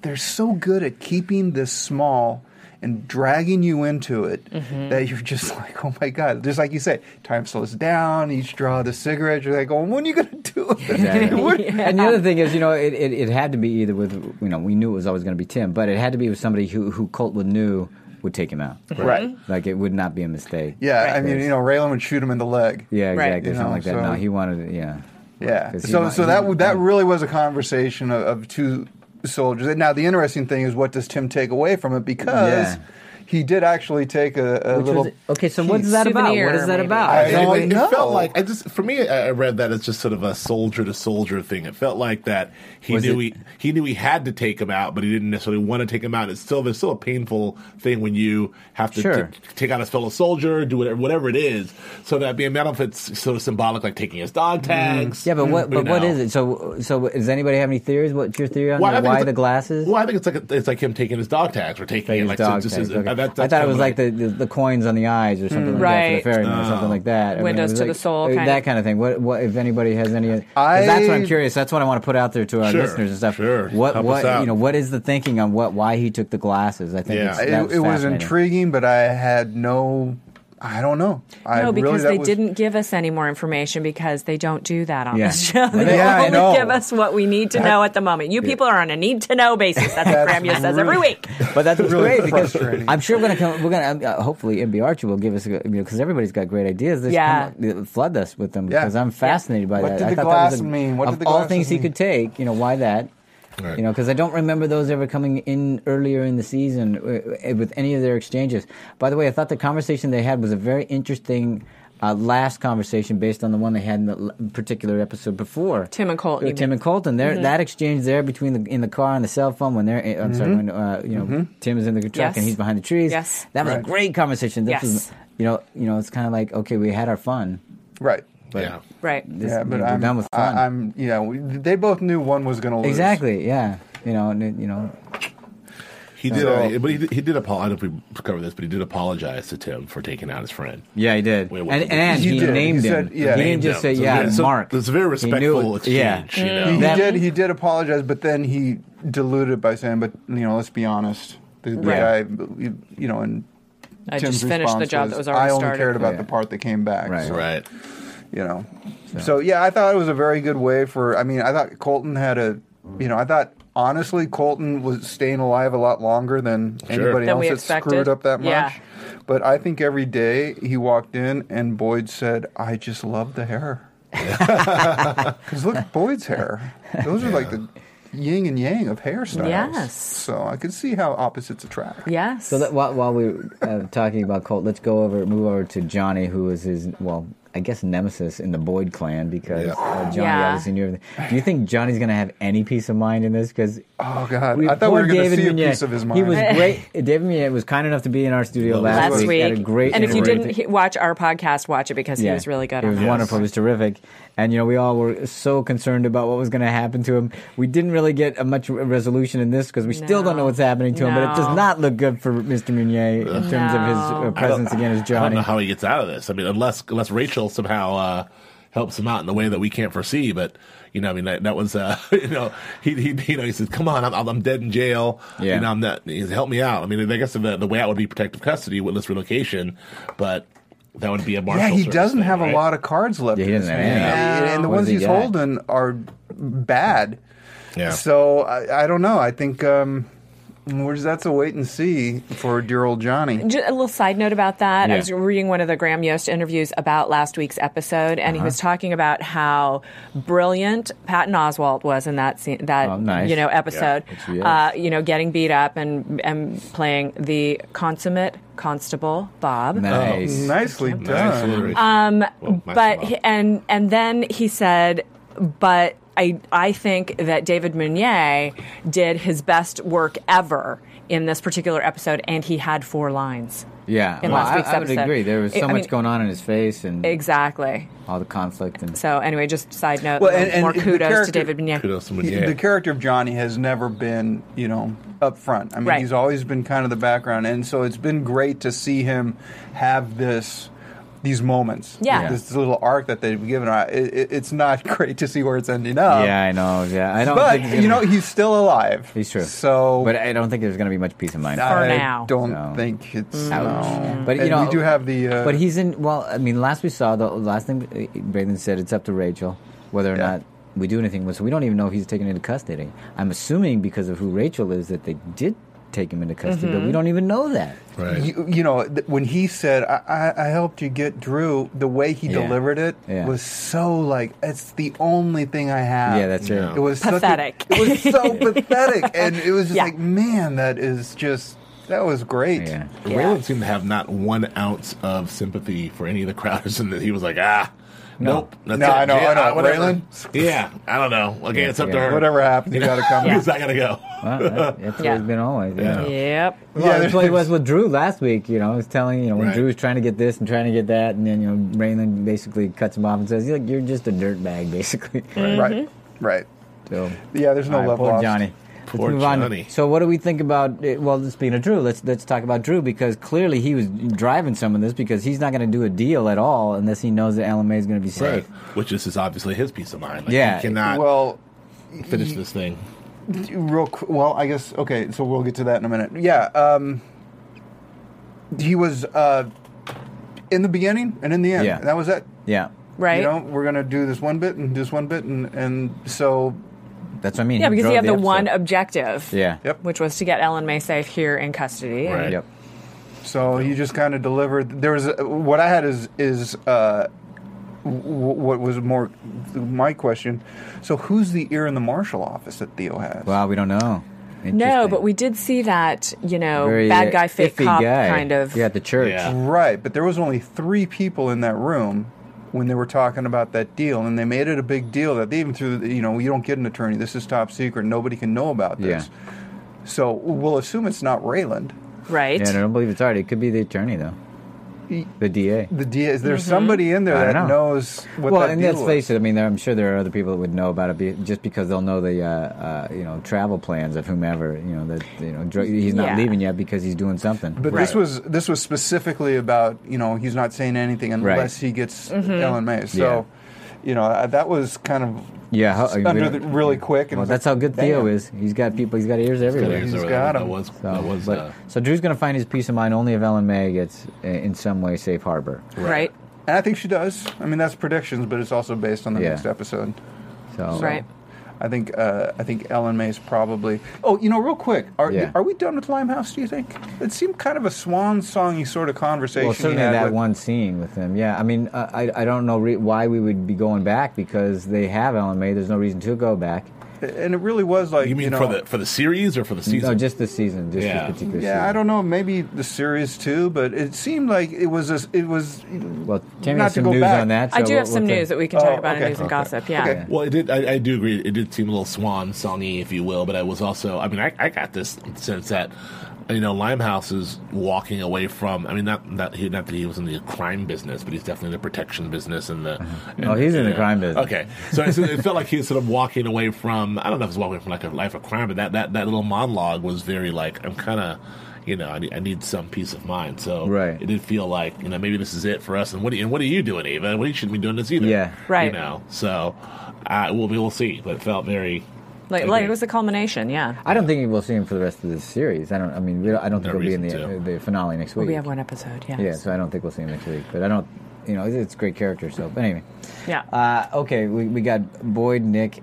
S6: they're so good at keeping this small and dragging you into it that you're just like, oh my god, just like you say, time slows down. Each draw of the cigarette, you're like, oh, when are you gonna do it?
S2: Exactly.
S6: When-
S2: And the other thing is, you know, it, it, it had to be either with, you know, we knew it was always going to be Tim, but it had to be with somebody who, who Colt would knew would take him out.
S6: Right.
S3: Mm-hmm.
S2: Like, it would not be a mistake.
S6: Yeah, I mean, you know, Raylan would shoot him in the leg.
S2: Yeah,
S3: Right.
S2: exactly.
S6: You
S2: Something
S6: know,
S2: like that.
S6: so-
S2: No, he wanted it, yeah.
S6: Yeah.
S2: 'Cause he
S6: So
S2: wa-
S6: so
S2: he-
S6: that w- that really was a conversation of, of two soldiers. And now the interesting thing is what does Tim take away from it because
S2: Yeah.
S6: he did actually take a, a
S2: Which
S6: little
S2: was- okay, so what's that about?
S3: Souvenir,
S2: What is that
S3: maybe.
S2: about?
S6: I
S5: It-
S6: don't
S5: it,
S6: know.
S5: It felt like I just for me, I I read that as just sort of a soldier to soldier thing. It felt like that he
S2: Was
S5: knew
S2: it-
S5: he he knew he had to take him out, but he didn't necessarily want to take him out. It's still there's still a painful thing when you have to
S2: Sure.
S5: t- take out a fellow soldier, do whatever whatever it is. So that I mean, I don't know if it's sort of symbolic, like taking his dog tags.
S2: Mm-hmm.
S5: Mm-hmm.
S2: yeah, but what?
S5: you
S2: But what
S5: know.
S2: is it? So, so does anybody have any theories? What's your theory on
S5: Well, I
S2: that?
S5: think
S2: why
S5: it's
S2: the
S5: like-
S2: glasses?
S5: Well, I think it's like it's like him taking his dog tags or taking it
S2: His
S5: like
S2: dog
S5: just
S2: tags,
S5: his,
S2: okay.
S5: uh, that-
S2: I
S5: that's
S2: thought it
S5: kinda
S2: was
S5: what
S2: like the, the the coins on the eyes or something like that
S3: Right.
S2: for the ferryman or something like that. I mean,
S3: Windows
S2: it was
S3: to the
S2: like-
S3: soul
S2: uh,
S3: kind
S2: that
S3: of-
S2: kind of thing. What what if anybody has any? 'cause
S6: I-
S2: that's what I'm curious. That's what I want to put out there to our
S5: Sure,
S2: listeners and stuff.
S5: sure.
S2: What
S5: Help us
S2: what
S5: out.
S2: you know? What is the thinking on what why he took the glasses? I think
S5: Yeah.
S2: it's,
S6: it,
S2: that was
S6: it was
S2: fascinating.
S6: intriguing, but I had no I don't know. I
S3: No,
S6: really-
S3: because
S6: that
S3: they
S6: was-
S3: didn't give us any more information because they don't do that on
S2: Yeah.
S3: this show. They
S6: Yeah, I know.
S3: only give us what we need to know at the moment. You people are on a need to know basis. That's what
S6: That's
S3: Gramia says
S6: really-
S3: every week.
S2: But that's what's
S6: Really
S2: great because
S6: frustrating.
S2: I'm sure we're gonna come. We're gonna uh, hopefully MB Archer will give us a good- you know because everybody's got great ideas. They
S3: Yeah.
S2: come up- they flood us with them
S6: Yeah.
S2: because I'm fascinated by
S6: What
S2: that.
S6: did
S2: I
S6: the
S2: thought that was
S6: glass
S2: a-
S6: mean? What
S2: of
S6: did the
S2: all
S6: glasses
S2: things he
S6: mean?
S2: could take, you know why that?
S5: Right.
S2: You know because I don't remember those ever coming in earlier in the season uh, uh, with any of their exchanges. By the way, I thought the conversation they had was a very interesting. Uh, last conversation based on the one they had in the l- particular episode before
S3: Tim and Colton,
S2: Uh,
S3: you
S2: Tim
S3: mean.
S2: and Colton.
S3: Mm-hmm.
S2: There, that exchange there between the in the car and the cell phone when they're I'm sorry
S6: Mm-hmm.
S2: when uh, you know Tim is in the truck
S3: Yes.
S2: and he's behind the trees.
S3: Yes.
S2: that was a
S6: Right.
S2: great conversation. This
S3: Yes.
S2: was, you know, you know, it's kind of like okay, we had our fun.
S6: Right.
S5: yeah.
S3: Right.
S2: This,
S6: Yeah,
S2: you
S6: but
S2: know,
S6: I'm,
S2: we're done with
S6: I-
S2: fun.
S6: I'm you know, they both knew one was gonna lose.
S2: exactly. Yeah, you know, and, it- you know,
S5: He did,
S6: So-
S5: uh, but he did, he did apologize. I don't know if we covered this, but he did apologize to Tim for taking out his friend.
S2: yeah, he did,
S5: Wait,
S2: and
S5: what-
S2: and
S6: He
S2: he,
S6: did.
S2: named
S6: He
S2: him.
S6: said- yeah.
S2: he didn't
S5: Named
S2: just say
S5: him. So
S2: yeah,
S5: it's a-
S2: Mark.
S5: It's a very
S2: He knew
S5: respectful
S2: it- yeah.
S5: exchange. You know?
S6: He
S2: That-
S6: did. He did apologize, but then he diluted it by saying, "But you know, let's be honest. The, the
S2: Right.
S6: guy, you, you know, and
S3: I
S6: Tim's
S3: just finished the
S6: response
S3: job that was already
S6: I only
S3: started.
S6: cared about
S2: Yeah.
S6: the part that came back.
S2: Right.
S6: so,
S5: Right.
S6: You know. So. yeah, I thought it was a very good way for. I mean, I thought Colton had a. You know, I thought honestly, Colton was staying alive a lot longer than anybody
S3: Than
S6: else
S3: we
S6: that
S3: expected.
S6: screwed up that much.
S3: Yeah.
S6: But I think every day he walked in and Boyd said, "I just love the hair." Because look, at Boyd's hair. Those are like the yin and yang of hairstyles.
S3: Yes.
S6: So I could see how opposites attract.
S3: Yes.
S2: So that, while, while we were uh, talking about Colt, let's go over move over to Johnny, who was his well I guess nemesis in the Boyd clan because
S5: Yeah.
S2: uh, Johnny
S3: Yeah.
S2: obviously knew everything. Do you think Johnny's going to have any peace of mind in this? Because
S6: Oh God! I thought we were going to see a piece of his mind.
S2: He was great. David Mignette was kind enough to be in our studio last,
S3: last week.
S2: Had a great
S3: and if you
S2: interview.
S3: didn't he- watch our podcast, watch it because he was really good.
S2: It
S3: on
S2: was
S3: it.
S2: wonderful. It was terrific. And you know, we all were so concerned about what was going to happen to him. We didn't really get a much resolution in this because we still don't know
S3: No.
S2: what's happening to him. But it does
S3: No.
S2: not look good for Mr. Munier in terms of his uh,
S3: No.
S5: I don't-
S2: presence again as
S5: I don't
S2: Johnny.
S5: know how he gets out of this. I mean, unless unless Rachel somehow uh, helps him out in a way that we can't foresee. But you know, I mean, that, that was uh, you know, he, he you know he says, "Come on, I'm, I'm dead in jail.
S2: Yeah.
S5: You know, I'm not. he said, Help me out. I mean, I guess the the way out would be protective custody, witness relocation, but that would be a martial.
S6: yeah, he
S5: service
S6: doesn't
S5: thing,
S6: have
S5: right?
S6: a lot of cards left.
S2: Yeah, he
S6: in
S2: doesn't
S6: his
S2: have
S6: hand.
S2: any.
S6: And the
S2: What
S6: ones
S2: does he
S6: he's
S2: got?
S6: holding are bad.
S5: Yeah.
S6: So I, I don't know. I think um, where's that's a wait and see for dear old Johnny.
S3: Just a little side note about that.
S2: Yeah.
S3: I was reading one of the Graham Yost interviews about last week's episode, and he
S2: Uh-huh.
S3: was talking about how brilliant Patton Oswalt was in that scene, that
S2: Oh, nice.
S3: you know episode.
S2: Which he is.
S3: uh, you know, getting beat up and and playing the consummate constable Bob.
S2: Nice.
S3: Oh.
S6: Nicely done.
S5: Nice alliteration. Um,
S3: but he- and and then he said, but I I think that David Meunier did his best work ever in this particular episode, and he had four lines.
S2: Yeah.
S3: In
S2: well,
S3: last
S2: I,
S3: week's
S2: I would
S3: episode.
S2: agree. There was so
S3: I- I
S2: much
S3: mean-
S2: going on in his face and
S3: Exactly.
S2: all the conflict. And
S3: So anyway, just side note.
S6: Well, and- and
S3: more
S6: the
S3: kudos to
S6: character-
S3: David Mignet.
S5: Kudos to
S6: He-
S5: Meunier.
S6: The character of Johnny has never been, you know, up front. I mean,
S3: Right.
S6: he's always been kind of the background, and so it's been great to see him have this. These moments,
S3: Yeah.
S6: this little arc that they've given. I- It, it's not great to see where it's ending up.
S2: yeah, I know. Yeah, I don't.
S6: but
S2: think he's
S6: you know
S2: gonna-
S6: he's still alive.
S2: he's true.
S6: So,
S2: but I don't think there's going to be much peace of mind.
S3: For
S6: I
S3: now. Mm.
S6: don't
S2: No.
S6: think it's.
S2: Ouch.
S6: No.
S2: But you
S6: And
S2: know,
S6: we do have the. Uh,
S2: but he's in. Well, I mean, last we saw the last thing uh, Braden said, it's up to Rachel whether or
S6: Yeah.
S2: not we do anything. with So we don't even know if he's taken into custody. I'm assuming because of who Rachel is that they did take him into custody, but we don't even know that.
S5: right.
S6: You, you know, th- when he said, I, I, I helped you get Drew, the way he
S2: Yeah.
S6: delivered it
S2: Yeah.
S6: was so like, it's the only thing I have.
S2: Yeah, that's
S5: Yeah.
S2: right.
S6: It was such a-
S3: Pathetic.
S6: it was so pathetic, and it was just
S3: Yeah.
S6: like, man, that is just that was great.
S2: Yeah.
S3: Yeah.
S5: Raylan seemed to have not one ounce of sympathy for any of the crowders, and that he was like, ah, nope. That's
S6: No, I know, I know.
S5: ah, whatever.
S6: Raylan?
S5: Yeah, I don't know. Okay, it's up to
S2: yeah.
S5: her.
S6: Whatever happened, you got to come.
S5: Because I gotta go.
S2: Well, that- that's what
S3: Yeah.
S2: it's been always. Yeah.
S5: Yeah.
S3: Yep.
S2: Well,
S6: Yeah,
S2: that's what it was with Drew last week. You know, I was telling you know when
S5: Right.
S2: Drew was trying to get this and trying to get that, and then you know Raylan basically cuts him off and says, "Look, you're just a dirtbag, basically."
S6: Right,
S3: Mm-hmm.
S6: right.
S2: So
S6: Yeah, there's no
S2: All right,
S6: love
S2: poor
S6: lost.
S2: Johnny.
S5: Poor
S2: let's move on.
S5: Johnny.
S2: So, what do we think about? it- Well, speaking of Drew, let's let's talk about Drew because clearly he was driving some of this because he's not going to do a deal at all unless he knows that LMA is going to be safe.
S5: Which is, is obviously his peace of mind. Like,
S2: Yeah.
S5: He cannot
S6: Well,
S5: finish this thing.
S6: real qu- well i guess okay so we'll get to that in a minute yeah um he was uh in the beginning and in the end
S2: Yeah.
S6: that was it
S2: Yeah,
S3: Right.
S6: you know we're gonna do this one bit and this one bit and and so
S2: that's what I mean.
S3: yeah, because
S2: drove
S3: he had the, one
S2: episode.
S3: objective.
S2: yeah.
S6: Yep.
S3: Which was to get Ellen May safe here in custody.
S5: Right.
S2: Yep.
S6: so he just kind of delivered there was what i had is is uh w- what was more my question so who's the ear in the marshal office that theo has
S2: Well, we don't know.
S3: No,
S2: Interesting.
S3: but we did see that, you know,
S2: Very, uh,
S3: bad guy, fake
S2: iffy
S3: cop
S2: guy.
S3: kind of.
S2: Yeah, at the church.
S5: Yeah.
S6: Right, but there was only three people in that room when they were talking about that deal, and they made it a big deal that they even threw, the- you know, you don't get an attorney. This is top secret. Nobody can know about this. So we'll assume it's not Rayland.
S3: Right.
S2: Yeah, and I don't believe it's already. It could be the attorney though, the DA.
S6: The DA, is there somebody in there
S2: I
S6: that
S2: don't know.
S6: knows what
S2: well,
S6: that
S2: and
S6: deal
S2: let's face
S6: was?
S2: it. I mean, there, I'm sure there are other people that would know about it, be, just because they'll know the uh, uh, you know travel plans of whomever. You know that you know dr- he's not
S3: Yeah.
S2: leaving yet because he's doing something.
S6: But this was this was specifically about you know he's not saying anything unless he gets Ellen May. So, you know I- that was kind of
S2: yeah, how, we
S6: under
S2: don't-
S6: the, really quick. And
S2: Well,
S6: it was
S2: that's how
S6: like,
S2: good Theo
S6: damn.
S2: is. He's got people. He's got ears everywhere.
S5: He's
S6: He's
S5: got
S6: got
S5: that,
S6: him.
S5: was,
S2: So,
S5: that was
S2: but-
S5: uh,
S2: so Drew's going to find his peace of mind only if Ellen May gets uh, in some way safe harbor.
S3: Right.
S6: And I think she does. I mean that's predictions, but it's also based on the
S2: Yeah.
S6: next episode.
S2: So
S3: Right.
S6: I think uh, I think Ellen May's probably. Oh, you know, real quick, are
S2: Yeah.
S6: are we done with Limehouse? Do you think it seemed kind of a swan songy sort of conversation?
S2: Well,
S6: he
S2: certainly
S6: had
S2: that
S6: with-
S2: one scene with him. Yeah, I mean, uh, I I don't know re- why we would be going back because they have Ellen May. There's no reason to go back.
S6: and it really was like
S5: You mean
S6: know,
S5: for the for the series or for the season?
S2: No, just this season, just
S5: Yeah.
S2: this particular season.
S6: yeah, I don't know, maybe the series too, but it seemed like it was a, it was
S2: Well, Tammy
S6: Not
S2: has
S6: to
S2: some
S6: go
S2: news
S6: back.
S2: on that.
S3: I
S2: so
S3: do
S2: we'll-
S3: have some
S2: we'll
S3: news
S2: take-
S3: that we can
S6: Oh,
S3: talk about in
S6: okay,
S3: news and
S6: okay,
S3: gossip. Yeah.
S6: okay.
S5: Well, it did. I, I do agree. It did seem a little swan songy, if you will. But I was also. I mean, I, I got this sense that you know Limehouse is walking away from. I mean, not not he, not that he was in the crime business, but he's definitely in the protection business and the. and-
S2: Oh, he's in the
S5: yeah.
S2: crime business.
S5: Okay, so it, it felt like he was sort of walking away from. I don't know if he's walking from like a life of crime, but that that, that little monologue was very like I'm kind of. You know, I need, I need some peace of mind. So
S2: Right.
S5: it did feel like you know maybe this is it for us. And what do you, and what are you doing, Ava? What you shouldn't be doing this either.
S2: Yeah.
S3: Right.
S5: You know, so uh, we'll we'll see. But it felt very
S3: Like, like it was the culmination. Yeah.
S2: I don't think we'll see him for the rest of this series. I don't. I mean, we don't, I don't think
S5: No
S2: he'll be in
S5: reason
S2: the uh,
S5: to.
S2: the finale next week.
S3: We have one episode. Yes.
S2: Yeah, so I don't think we'll see him next week. But I don't. You know, it's, it's great character. So, but anyway.
S3: Yeah.
S2: Uh, okay, we, we got Boyd, Nick to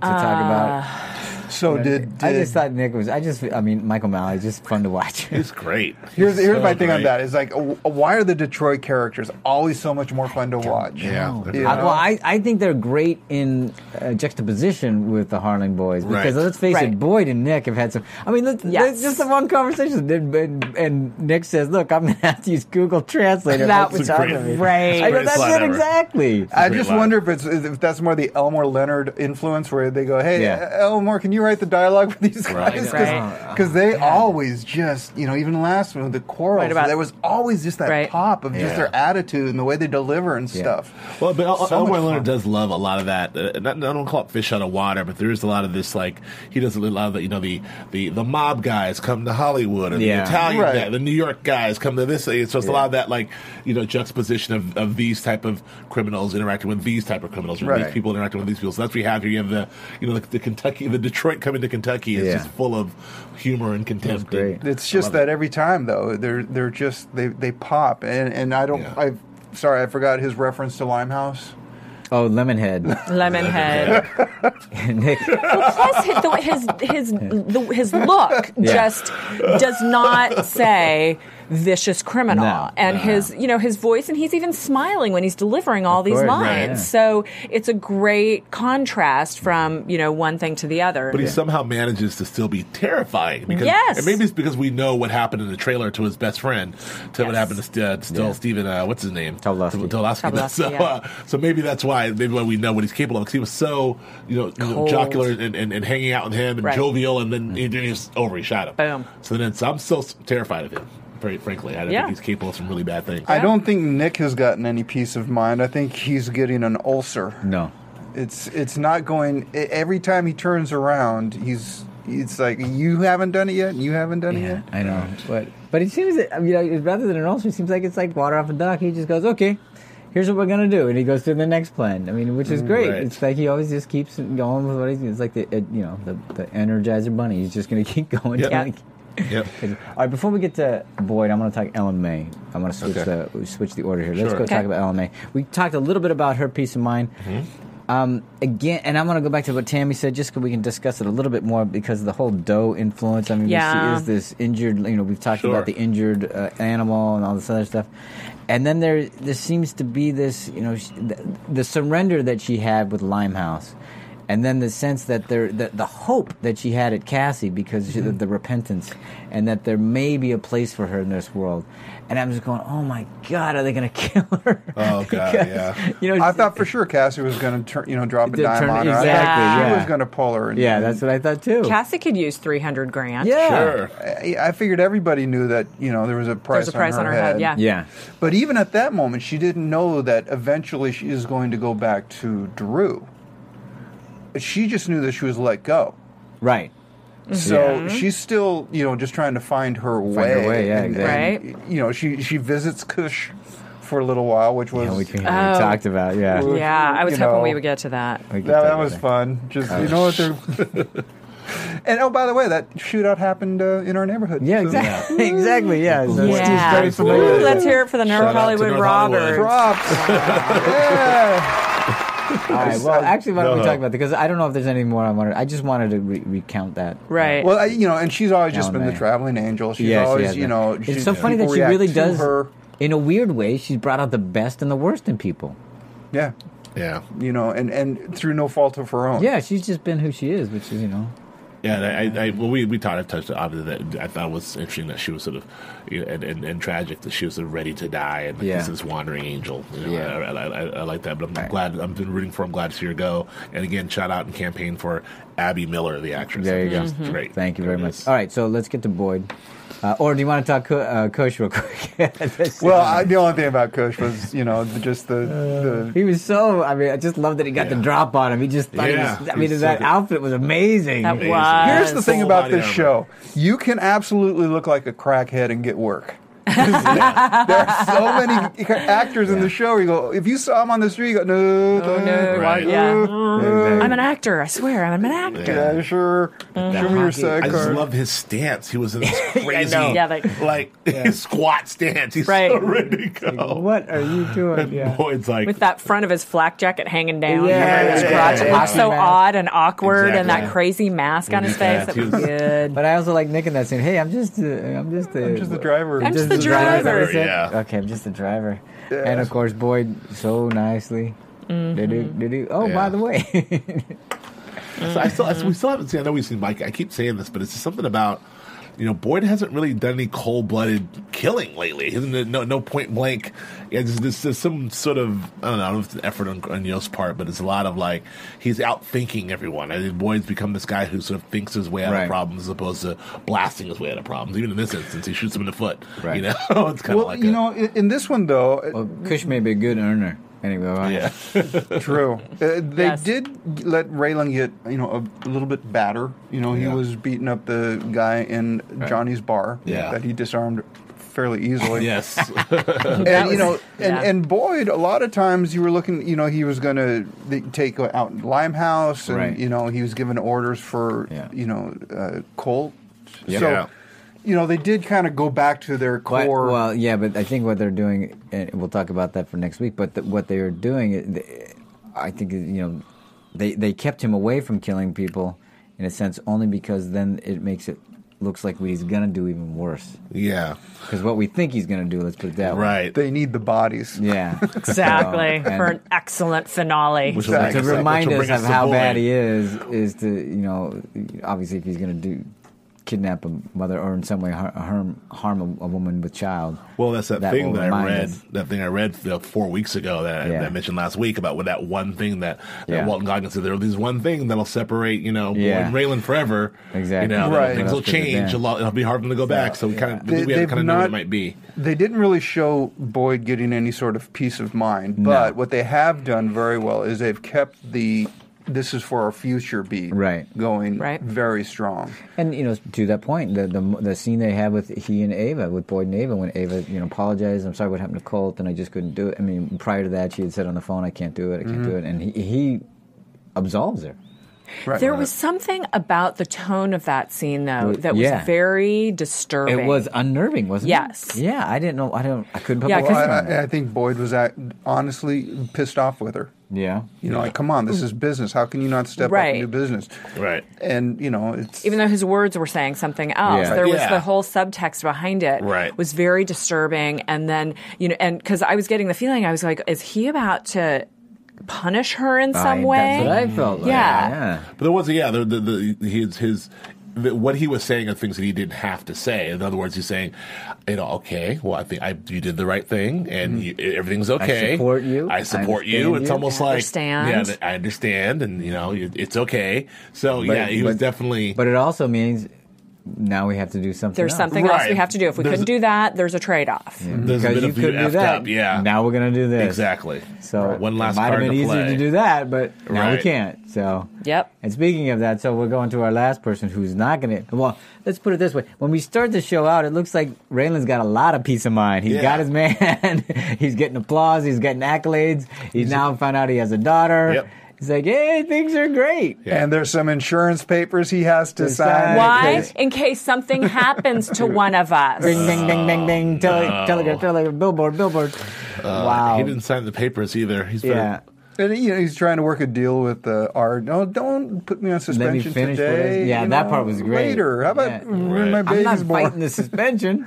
S3: Uh,
S2: talk about.
S6: so did,
S2: I
S6: did-
S2: just thought Nick was. I just. I mean, Michael Malley, just fun to watch.
S5: it's great.
S6: Here's, here's
S5: So
S6: my thing on
S5: great.
S6: that is like, uh, why are the Detroit characters always so much more fun to watch?
S5: Yeah.
S6: You
S2: I,
S6: know?
S2: well, I, I think they're great in uh, juxtaposition with the Harlan boys because
S5: Right.
S2: let's face it,
S3: Right.
S2: Boyd and Nick have had some. I mean, let's,
S3: Yes.
S2: let's just the one conversation, and, and, and Nick says, "Look, I'm gonna have to use Google Translator."
S3: That
S2: That's
S3: was
S2: a
S5: great-
S3: great.
S2: I go,
S5: great
S2: that's
S5: slide
S2: it
S5: ever."
S2: exactly.
S6: I
S5: Great
S6: just
S5: line.
S6: wonder if it's if that's more the Elmore Leonard influence where they go, hey,
S2: Yeah.
S6: Elmore, can you write the dialogue for these
S5: Right.
S6: guys?
S3: Right.
S6: Because they always just, you know, even last one, the chorals,
S3: Right about-
S6: there was always just that
S3: Right.
S6: pop of just
S5: Yeah.
S6: their attitude and the way they deliver and stuff.
S5: Well, but El-
S6: So
S5: Elroy
S6: much
S5: Leonard
S6: fun.
S5: does love a lot of that. Uh, not, I don't call it fish out of water, but there is a lot of this. Like he does a lot of the, you know, the, the the mob guys come to Hollywood, or
S2: Yeah.
S5: the Italian,
S6: Right.
S5: guy, the New York guys come to this. So it's just a lot of that, like you know, juxtaposition of, of these type of criminals interacting with these type of criminals, or
S6: Right.
S5: these people interacting with these people. So that's what you have here. You have the you know the, the Kentucky, the Detroit coming to Kentucky is
S2: Yeah.
S5: just full of humor and contempt.
S2: great.
S5: and-
S6: It's just that every time though, they're they're just they they pop and and I don't
S5: Yeah.
S6: I sorry I forgot his reference to Limehouse.
S2: Oh, Lemonhead,
S3: Lemonhead.
S2: Nick.
S3: Plus, his, the, his his the, his look
S2: Yeah.
S3: just does not say vicious criminal,
S2: No,
S3: and his you know his voice, and he's even smiling when he's delivering all these
S2: course,
S3: lines.
S2: right, yeah.
S3: So it's a great contrast from you know one thing to the other.
S5: But he somehow manages to still be terrifying because
S3: Yes.
S5: and maybe it's because we know what happened in the trailer to his best friend, to what
S3: Yes.
S5: happened to St- uh, still
S2: Yeah.
S5: Stephen. Uh, what's his name?
S2: Tobolowsky.
S5: To- Tobolowsky.
S3: Tobolowsky,
S5: so,
S3: yeah.
S5: uh, so maybe that's why maybe why we know what he's capable of because he was so you know, you know,
S3: Cold.
S5: jocular and, and, and hanging out with him and
S3: Right. Mm.
S5: jovial, and then he, then he was over. He shot him.
S3: Boom.
S5: So then it's, I'm still s- terrified of him. Very frankly, I don't
S3: Yeah.
S5: think he's capable of some really bad things.
S6: I don't think Nick has gotten any peace of mind. I think he's getting an ulcer.
S2: No.
S6: It's it's not going. e- Every time he turns around, he's it's like you haven't done it yet. and You haven't done it
S2: Yeah,
S6: yet.
S2: I know. But but it seems that I mean, like, rather than an ulcer, it seems like it's like water off a duck. He just goes, okay, here's what we're gonna do, and he goes to the next plan. I mean, which is great.
S5: right.
S2: It's like he always just keeps going with what he's. It's like the uh, you know the the Energizer Bunny. He's just gonna keep going.
S5: Yep.
S2: till
S3: Yeah.
S2: he-
S5: Yep.
S2: All right. Before we get to Boyd, I'm going to talk Ellen May. I'm going to switch
S5: Okay.
S2: the switch the order here. Let's
S5: Sure.
S2: go
S5: Okay.
S2: talk about Ellen May. We talked a little bit about her peace of mind. Um, again, and I'm going to go back to what Tammy said, just because we can discuss it a little bit more because of the whole doe influence. I mean, she
S3: Yeah.
S2: is this injured. You know, we've talked
S5: Sure.
S2: about the injured uh, animal and all this other stuff, and then there there seems to be this, you know, sh- the, the surrender that she had with Limehouse, and then the sense that there the, the hope that she had at Cassie because she, the,
S5: Mm-hmm.
S2: the repentance, and that there may be a place for her in this world, and I'm just going, oh my god, are they going to kill her?
S5: Oh, God,
S2: Because,
S5: yeah.
S2: you know,
S6: I
S2: she-
S6: thought for sure Cassie was going to turn, you know, drop a
S2: Did
S6: dime
S2: turn-
S6: on her. I thought
S2: exactly,
S6: she
S2: yeah.
S6: was going to pull her. And,
S2: yeah, that's what I thought too.
S3: Cassie could use three hundred grand.
S2: yeah,
S5: Sure.
S6: I, I figured everybody knew that. You know, there was a price.
S3: There's a price on her head. Yeah.
S2: yeah.
S6: But even at that moment, she didn't know that eventually she is going to go back to Drew. She just knew that she was let go.
S2: Right.
S6: So she's still, you know, just trying to find her way.
S2: way, yeah,
S6: and-
S3: exactly.
S6: and, You know, she she visits Kush for a little while, which was
S2: Yeah, we, we
S3: Oh.
S2: talked about. Yeah.
S6: Well,
S3: Yeah, I was
S6: You
S3: hoping
S6: know.
S3: we would get to that.
S2: We could
S6: that, that
S2: talk
S6: was
S2: about
S6: fun. Just you know what they're. and oh, by the way, that shootout happened uh, in our neighborhood.
S2: Yeah,
S6: So-
S2: exactly. exactly. Yeah. So it's just
S3: Yeah.
S2: very familiar.
S3: Ooh, let's hear it for the
S5: Shout out
S3: North
S5: to
S3: Hollywood
S5: North
S3: robbers.
S5: Hollywood.
S6: Props. yeah.
S2: All right. Well, actually, why don't we
S5: No.
S2: talk about that? Because I don't know if there's any more I wanted. I just wanted to re- recount that.
S3: Right.
S6: Well, I, you know, and she's always just
S2: Ellen
S6: been the
S2: May.
S6: traveling angel. She's
S2: Yeah, she
S6: always,
S2: has
S6: you
S2: been.
S6: know,
S2: it's
S6: she's-
S2: so funny that
S6: people
S2: she
S6: react
S2: really
S6: to
S2: does.
S6: Her.
S2: In a weird way, she's brought out the best and the worst in people.
S6: Yeah.
S5: Yeah.
S6: you know, and, and through no fault of her own.
S2: Yeah, she's just been who she is, which is you know.
S5: Yeah, and I, I, well, we we talked. I've touched on that. I thought it was interesting that she was sort of, you know, and, and, and tragic that she was sort of ready to die, and like,
S2: Yeah.
S5: this is wandering angel. You know,
S2: Yeah.
S5: I, I, I, I like that. But I'm glad. I've been rooting for. I'm glad to see her go. And again, shout out and campaign for Abby Miller, the actress.
S2: There you
S5: She's
S2: go. Mm-hmm.
S5: just Great.
S2: Thank you very
S5: There it
S2: much.
S5: is.
S2: All right, so let's get to Boyd. Uh, or do you want to talk co- uh, Kush real quick?
S6: Well, I, the only thing about Kush was, you know, the, just the, the
S2: he was so. I mean, I just love that he got the
S5: Yeah.
S2: drop on him. He just. Thought
S5: Yeah.
S2: he was, I mean,
S5: He's so
S2: that
S5: good.
S2: outfit was amazing.
S3: That
S5: Amazing.
S3: was.
S6: Here's the thing
S5: Full
S6: about
S5: body
S6: this
S5: armor.
S6: show. You can absolutely look like a crackhead and get work. there are so many actors in the show. where You go if you saw him on the street. You go no,
S3: Oh, no,
S5: Right.
S3: why- yeah.
S2: Exactly.
S3: I'm an actor. I swear, I'm an actor.
S5: Yeah.
S6: yeah, sure. Show me your side
S5: I just
S6: card.
S5: love his stance. He was in this crazy,
S3: know. Yeah, like-
S5: like squat stance. He's
S3: Right.
S5: so ready to go.
S2: What are you doing?
S5: And Boyd's like,
S3: With that front of his flak jacket hanging down,
S2: Yeah,
S3: and his
S5: yeah,
S3: crotch
S5: yeah,
S3: it
S5: yeah.
S3: looked so
S2: Hockey mask.
S3: odd and awkward, and
S5: Exactly.
S3: that crazy mask on his
S5: Yeah,
S3: face. That
S5: he
S3: was
S5: was-
S3: good.
S2: But I also like Nick in that scene. Hey, I'm just, uh, I'm just, uh, I'm
S6: just the driver. I'm
S3: just the
S2: Is that
S3: driver.
S2: what he said?
S5: Yeah.
S2: Okay, I'm just the driver. And of course, Boyd so nicely. Do-do, do-do. Oh, by
S5: Yeah.
S2: the way,
S5: So I still, I, we
S2: Mm-hmm.
S5: still haven't seen. I know we've seen. Like I keep saying this, but it's just something about you know Boyd hasn't really done any cold blooded killing lately. He hasn't- No, no point blank. Yeah, there's, there's, there's some sort of I don't know. I don't know if it's an effort on, on Yost's part, but it's a lot of like he's outthinking everyone. I think Boyd's become this guy who sort of thinks his way out
S2: Right.
S5: of problems as opposed to blasting his way out of problems. Even in this instance, he shoots him in the foot.
S2: Right.
S5: You know, it's kind of
S6: well,
S5: like
S6: you
S5: a-
S6: know, in, in this one though, it-
S2: well, Kush may be a good earner. Anyway, well,
S5: yeah,
S6: True. Uh, they
S3: Yes.
S6: did let Raylan get you know a little bit badder. You know he
S5: Yeah.
S6: was beating up the guy in Johnny's bar
S5: Yeah.
S6: that he disarmed fairly easily.
S5: yes,
S6: and you
S3: was-
S6: know, and,
S3: yeah.
S6: and Boyd, a lot of times you were looking, you know, he was going to take out Limehouse, and
S2: Right.
S6: you know, he was given orders for,
S2: Yeah.
S6: you know, uh, Colt.
S2: Yeah.
S6: So,
S5: Yeah.
S6: you know, they did kind of go back to their
S2: But-
S6: core.
S2: well, yeah, but I think what they're doing, and we'll talk about that for next week. But th what they're doing, eh, th- I think, eh, you know, they they kept him away from killing people, in a sense, only because then it makes it looks like what he's gonna do even worse.
S5: yeah,
S2: Because what we think he's gonna do, let's put it that way.
S5: right.
S6: they need the bodies.
S2: Yeah.
S3: Exactly
S2: So, and-
S3: for an excellent finale.
S5: Which will make
S6: Exactly.
S5: us-
S2: to
S5: which
S2: remind
S5: will
S2: us
S5: bring
S2: of
S5: to
S2: how bad
S5: Boyd.
S2: he is is to you know obviously if he's going to do kidnap a mother or in some way har- harm harm a, a woman with child
S5: Well, that's that, thing
S2: will
S5: that I
S2: remind
S5: read.
S2: us.
S5: That thing I read uh, four weeks ago that, I-
S2: Yeah.
S5: that I mentioned last week about with that one thing that, that
S2: Yeah.
S5: Walton Goggins said. There's one thing that'll separate, you know,
S2: Yeah.
S5: Boyd and Raylan forever.
S2: Exactly.
S5: You know,
S6: Right.
S5: things will
S2: That's good,
S5: change
S2: yeah.
S5: a lot. It'll be hard for them to go back. So we kind of
S6: They-
S5: we
S6: they've
S5: kind of know what
S6: not-
S5: it might be.
S6: They didn't really show Boyd getting any sort of peace of mind, but what they have done very well is they've kept the this is for our future beat
S2: Right.
S6: going
S3: Right.
S6: very strong.
S2: and you know to that point the, the the scene they had with he and Ava with Boyd and Ava when Ava you know apologized I'm sorry what happened to Colt and I just couldn't do it I mean prior to that she had said on the phone I can't do it I can't
S5: Mm-hmm.
S2: do it and he he absolves her
S6: Right.
S3: There was something about the tone of that scene, though, that was
S2: yeah.
S3: very disturbing.
S2: it was unnerving wasn't
S3: Yes.
S2: it yeah I didn't know I don't I couldn't put
S3: Yeah,
S2: my
S3: 'cause-
S2: finger
S6: I,
S2: on
S6: I,
S2: it.
S6: I think Boyd was at, honestly pissed off with her.
S2: yeah
S6: You know, like, come on, this is business. How can you not step up
S3: Right.
S6: and do business?
S5: Right.
S6: And you know, it's
S3: even though his words were saying something else
S2: Yeah.
S3: there was
S5: Yeah.
S3: the whole subtext behind it
S5: Right.
S3: was very disturbing and then you know and because i was getting the feeling i was like is he about to punish her in some
S2: I-
S3: way
S2: that's what I felt like
S3: Yeah.
S2: yeah
S5: But there was, yeah, the, the, the his his the, what he was saying are things that he didn't have to say. In other words, he's saying, you know, okay, well, I think I you did the right thing, and you, everything's
S2: Mm-hmm.
S5: okay.
S2: support you. I
S5: I support you.
S2: understand
S5: It's
S2: you.
S5: almost
S3: I
S5: like
S3: understand.
S5: Yeah, th- I understand, and you know, you- it's okay. So
S2: But-
S5: yeah, he was
S2: but-
S5: definitely.
S2: But it also means now we have to do something.
S3: there's
S2: else.
S3: something else we
S5: Right.
S3: have to do if we
S5: There's-
S3: couldn't do that there's a trade-off
S5: there's a
S2: because
S5: bit
S2: you
S5: of you
S2: couldn't do
S5: effed
S2: that.
S5: up. Yeah,
S2: Now we're gonna do this.
S5: exactly.
S2: So
S5: one last
S2: it might
S5: card
S2: have been
S5: to
S2: easier
S5: play.
S2: to do that, but now we
S5: Right.
S2: can't. So
S3: Yep.
S2: And speaking of that, so we're going to our last person who's not gonna. Well, let's put it this way: when we start the show out, it looks like Raylan's got a lot of peace of mind. He's
S5: Yeah.
S2: got his man. he's getting applause. He's getting accolades. He's now found out he has a daughter.
S5: Yep.
S2: He's like, hey, things are great.
S5: Yeah.
S6: and there's some insurance papers he has to
S2: To sign.
S6: sign.
S3: why
S6: in case-
S3: in case something happens to one of us
S2: Bing, bing, bing, bing, bing.
S5: Uh,
S2: Tele- Telegraph, telegraph, billboard, billboard. wow.
S5: He didn't sign the papers either. He's
S2: Yeah.
S5: yeah.
S6: And you know, he's trying to work a deal with uh, Ard. No, don't put me on suspension
S2: finish what I-
S6: today.
S2: Yeah,
S6: you
S2: that
S6: know,
S2: part was great.
S6: Later, how about
S2: Yeah.
S6: when my
S5: Right.
S2: I'm not
S6: baby's
S2: fighting
S6: born?
S2: the suspension.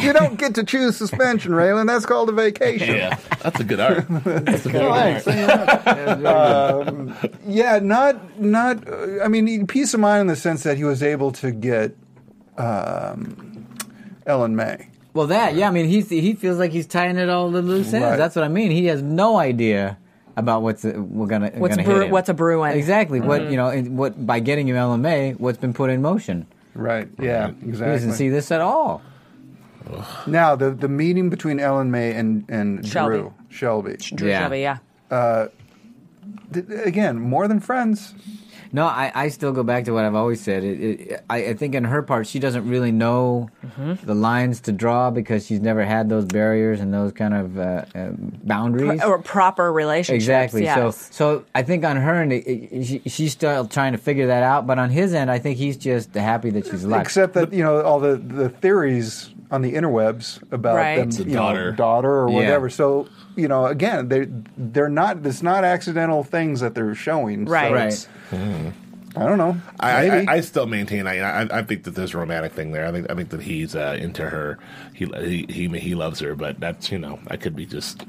S6: You don't get to choose suspension, Raylan. That's called a vacation.
S5: Yeah, that's a good art. That's a good
S6: Thanks.
S5: art.
S6: um, yeah, not not. Uh, I mean, he- peace of mind in the sense that he was able to get um, Ellen May.
S2: well, that yeah, I mean he's he feels like he's tying it all the loose ends.
S6: Right.
S2: That's what I mean. He has no idea about what's uh, we're gonna
S3: What's
S2: gonna
S3: brew-
S2: hit him.
S3: what's a brewing.
S2: Exactly.
S6: Mm-hmm.
S2: What you know, and what by getting him LMA, what's been put in motion?
S6: Right. Yeah. Exactly.
S2: He doesn't see this at all.
S6: Now the the meeting between Ellen May and and
S3: Shelby.
S6: Drew Shelby
S3: Drew
S2: Yeah.
S3: Shelby, yeah.
S6: Th- again more than friends.
S2: No, I, I still go back to what I've always said. It, it, I, I think in her part, she doesn't really know
S3: Mm-hmm.
S2: the lines to draw because she's never had those barriers and those kind of uh, uh, boundaries.
S3: Or proper relationships.
S2: Exactly.
S3: Yes.
S2: So, so I think on her end, it, it, she, she's still trying to figure that out. But on his end, I think he's just happy that she's alive.
S6: Except that you know all the the theories on the interwebs about
S3: Right.
S6: them,
S3: The
S6: you know,
S5: daughter.
S6: daughter or
S2: Yeah.
S6: whatever. So you know, again, they they're not. It's not accidental things that they're showing. So,
S3: Right.
S2: right.
S6: I don't know.
S5: I, I,
S6: Maybe.
S5: I still maintain. I, I I think that there's a romantic thing there. I think I think that he's uh, into her. He, he he he loves her, but that's you know I could be just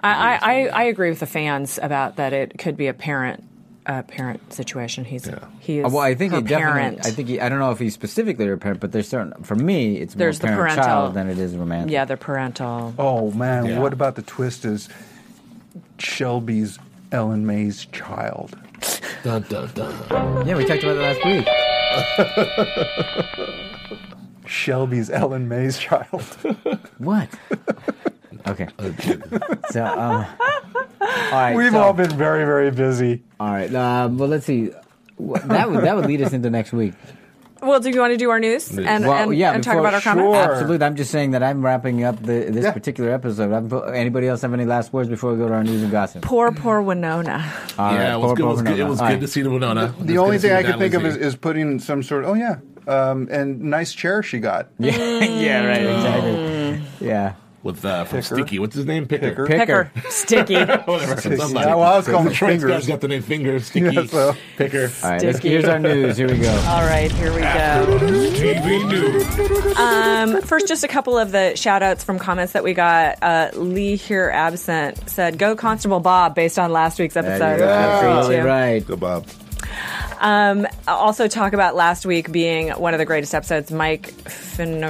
S3: I, I, I, I agree with the fans about that it could be a parent a parent situation. He's he is
S2: Uh, Well, I think
S3: her
S2: it definitely.
S3: parent.
S2: I think he, I don't know if he's specifically her parent, but there's certain. For me, it's
S3: There's the
S2: more parent
S3: parental-
S2: child than it is romantic.
S3: yeah, they're parental.
S6: oh man,
S5: Yeah.
S6: what about the twist is Shelby's Ellen May's child?
S5: dun dun dun.
S2: Yeah, we talked about that last week.
S6: Shelby's Ellen May's child.
S2: What? Okay.
S6: Oh,
S2: So, um, all right.
S6: We've
S2: so-
S6: all been very very busy.
S2: All right. Uh, well, let's see. Wha- That would that would lead us into next week.
S3: Well, do you want to do our news and,
S2: Well,
S3: and,
S2: yeah,
S3: and talk
S2: before-
S3: about our
S6: sure.
S3: comments?
S2: Absolutely. I'm just saying that I'm wrapping up the, this
S6: Yeah.
S2: particular episode. I'm, anybody else have any last words before we go to our news and gossip?
S3: Poor, poor Winona.
S2: All right,
S5: yeah, it was
S2: poor
S5: good. It was
S2: Bohemian.
S5: good, it was
S2: All
S5: good
S2: right.
S5: to see the Winona. It was
S6: The
S5: good
S6: only
S5: to see
S6: thing I can
S5: Natalie
S6: think of
S5: Z.
S6: is, is putting some sort of oh yeah, um, and nice chair she got.
S2: Yeah, yeah, right, exactly. Yeah.
S5: with uh, from
S6: Picker.
S5: Sticky. What's his name? Picker.
S6: Picker.
S3: Picker, sticky.
S5: Whatever. Somebody.
S6: Yeah, well, I was calling
S5: This guy's
S6: fingers.
S5: got the name Fingers. Sticky.
S6: Yeah, so-
S5: Picker.
S2: All right. let's-
S3: Sticky.
S2: here's our news. Here we go.
S3: All right, here we go.
S8: TV News.
S3: Um, first, just a couple of the shout outs from comments that we got. Uh, Lee here absent said, Go Constable Bob, based on last week's
S2: That is
S3: episode.
S2: absolutely
S3: Too.
S2: right.
S5: Go Bob.
S3: Um, I'll also talk about last week being one of the greatest episodes, Mike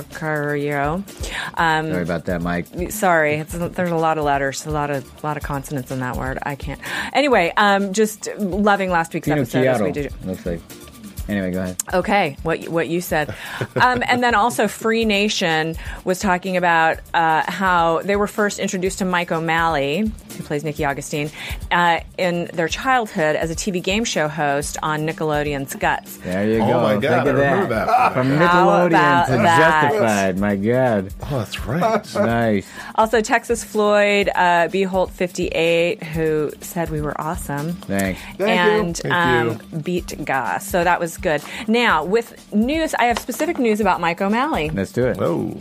S3: Finocchio. Um,
S2: Sorry about that, Mike.
S3: sorry, it's, there's a lot of letters, a lot of lot of consonants in that word. I can't. Anyway, um, just loving last week's
S2: Pino
S3: episode as we Oh. did.
S2: Chiaro, Looks like. Anyway, go ahead.
S3: Okay, what you- what you said, um, and then also Free Nation was talking about uh, how they were first introduced to Mike O'Malley, who plays Nicky Augustine, uh, in their childhood as a TV game show host on Nickelodeon's Guts.
S2: There you go.
S5: Oh my God,
S2: Think
S5: I
S2: of
S5: remember
S2: that.
S5: that.
S2: From
S3: How
S2: Nickelodeon
S3: about
S2: to
S3: that?
S2: Justified. My God.
S5: Oh, that's right.
S2: Nice.
S3: Also, Texas Floyd, uh, B. Holt 58, who said we were awesome.
S2: Thanks.
S3: and
S5: Thank
S3: um, beat Gus. So that was good. Now, with news, I have specific news about Mike O'Malley.
S2: Let's do it.
S5: oh,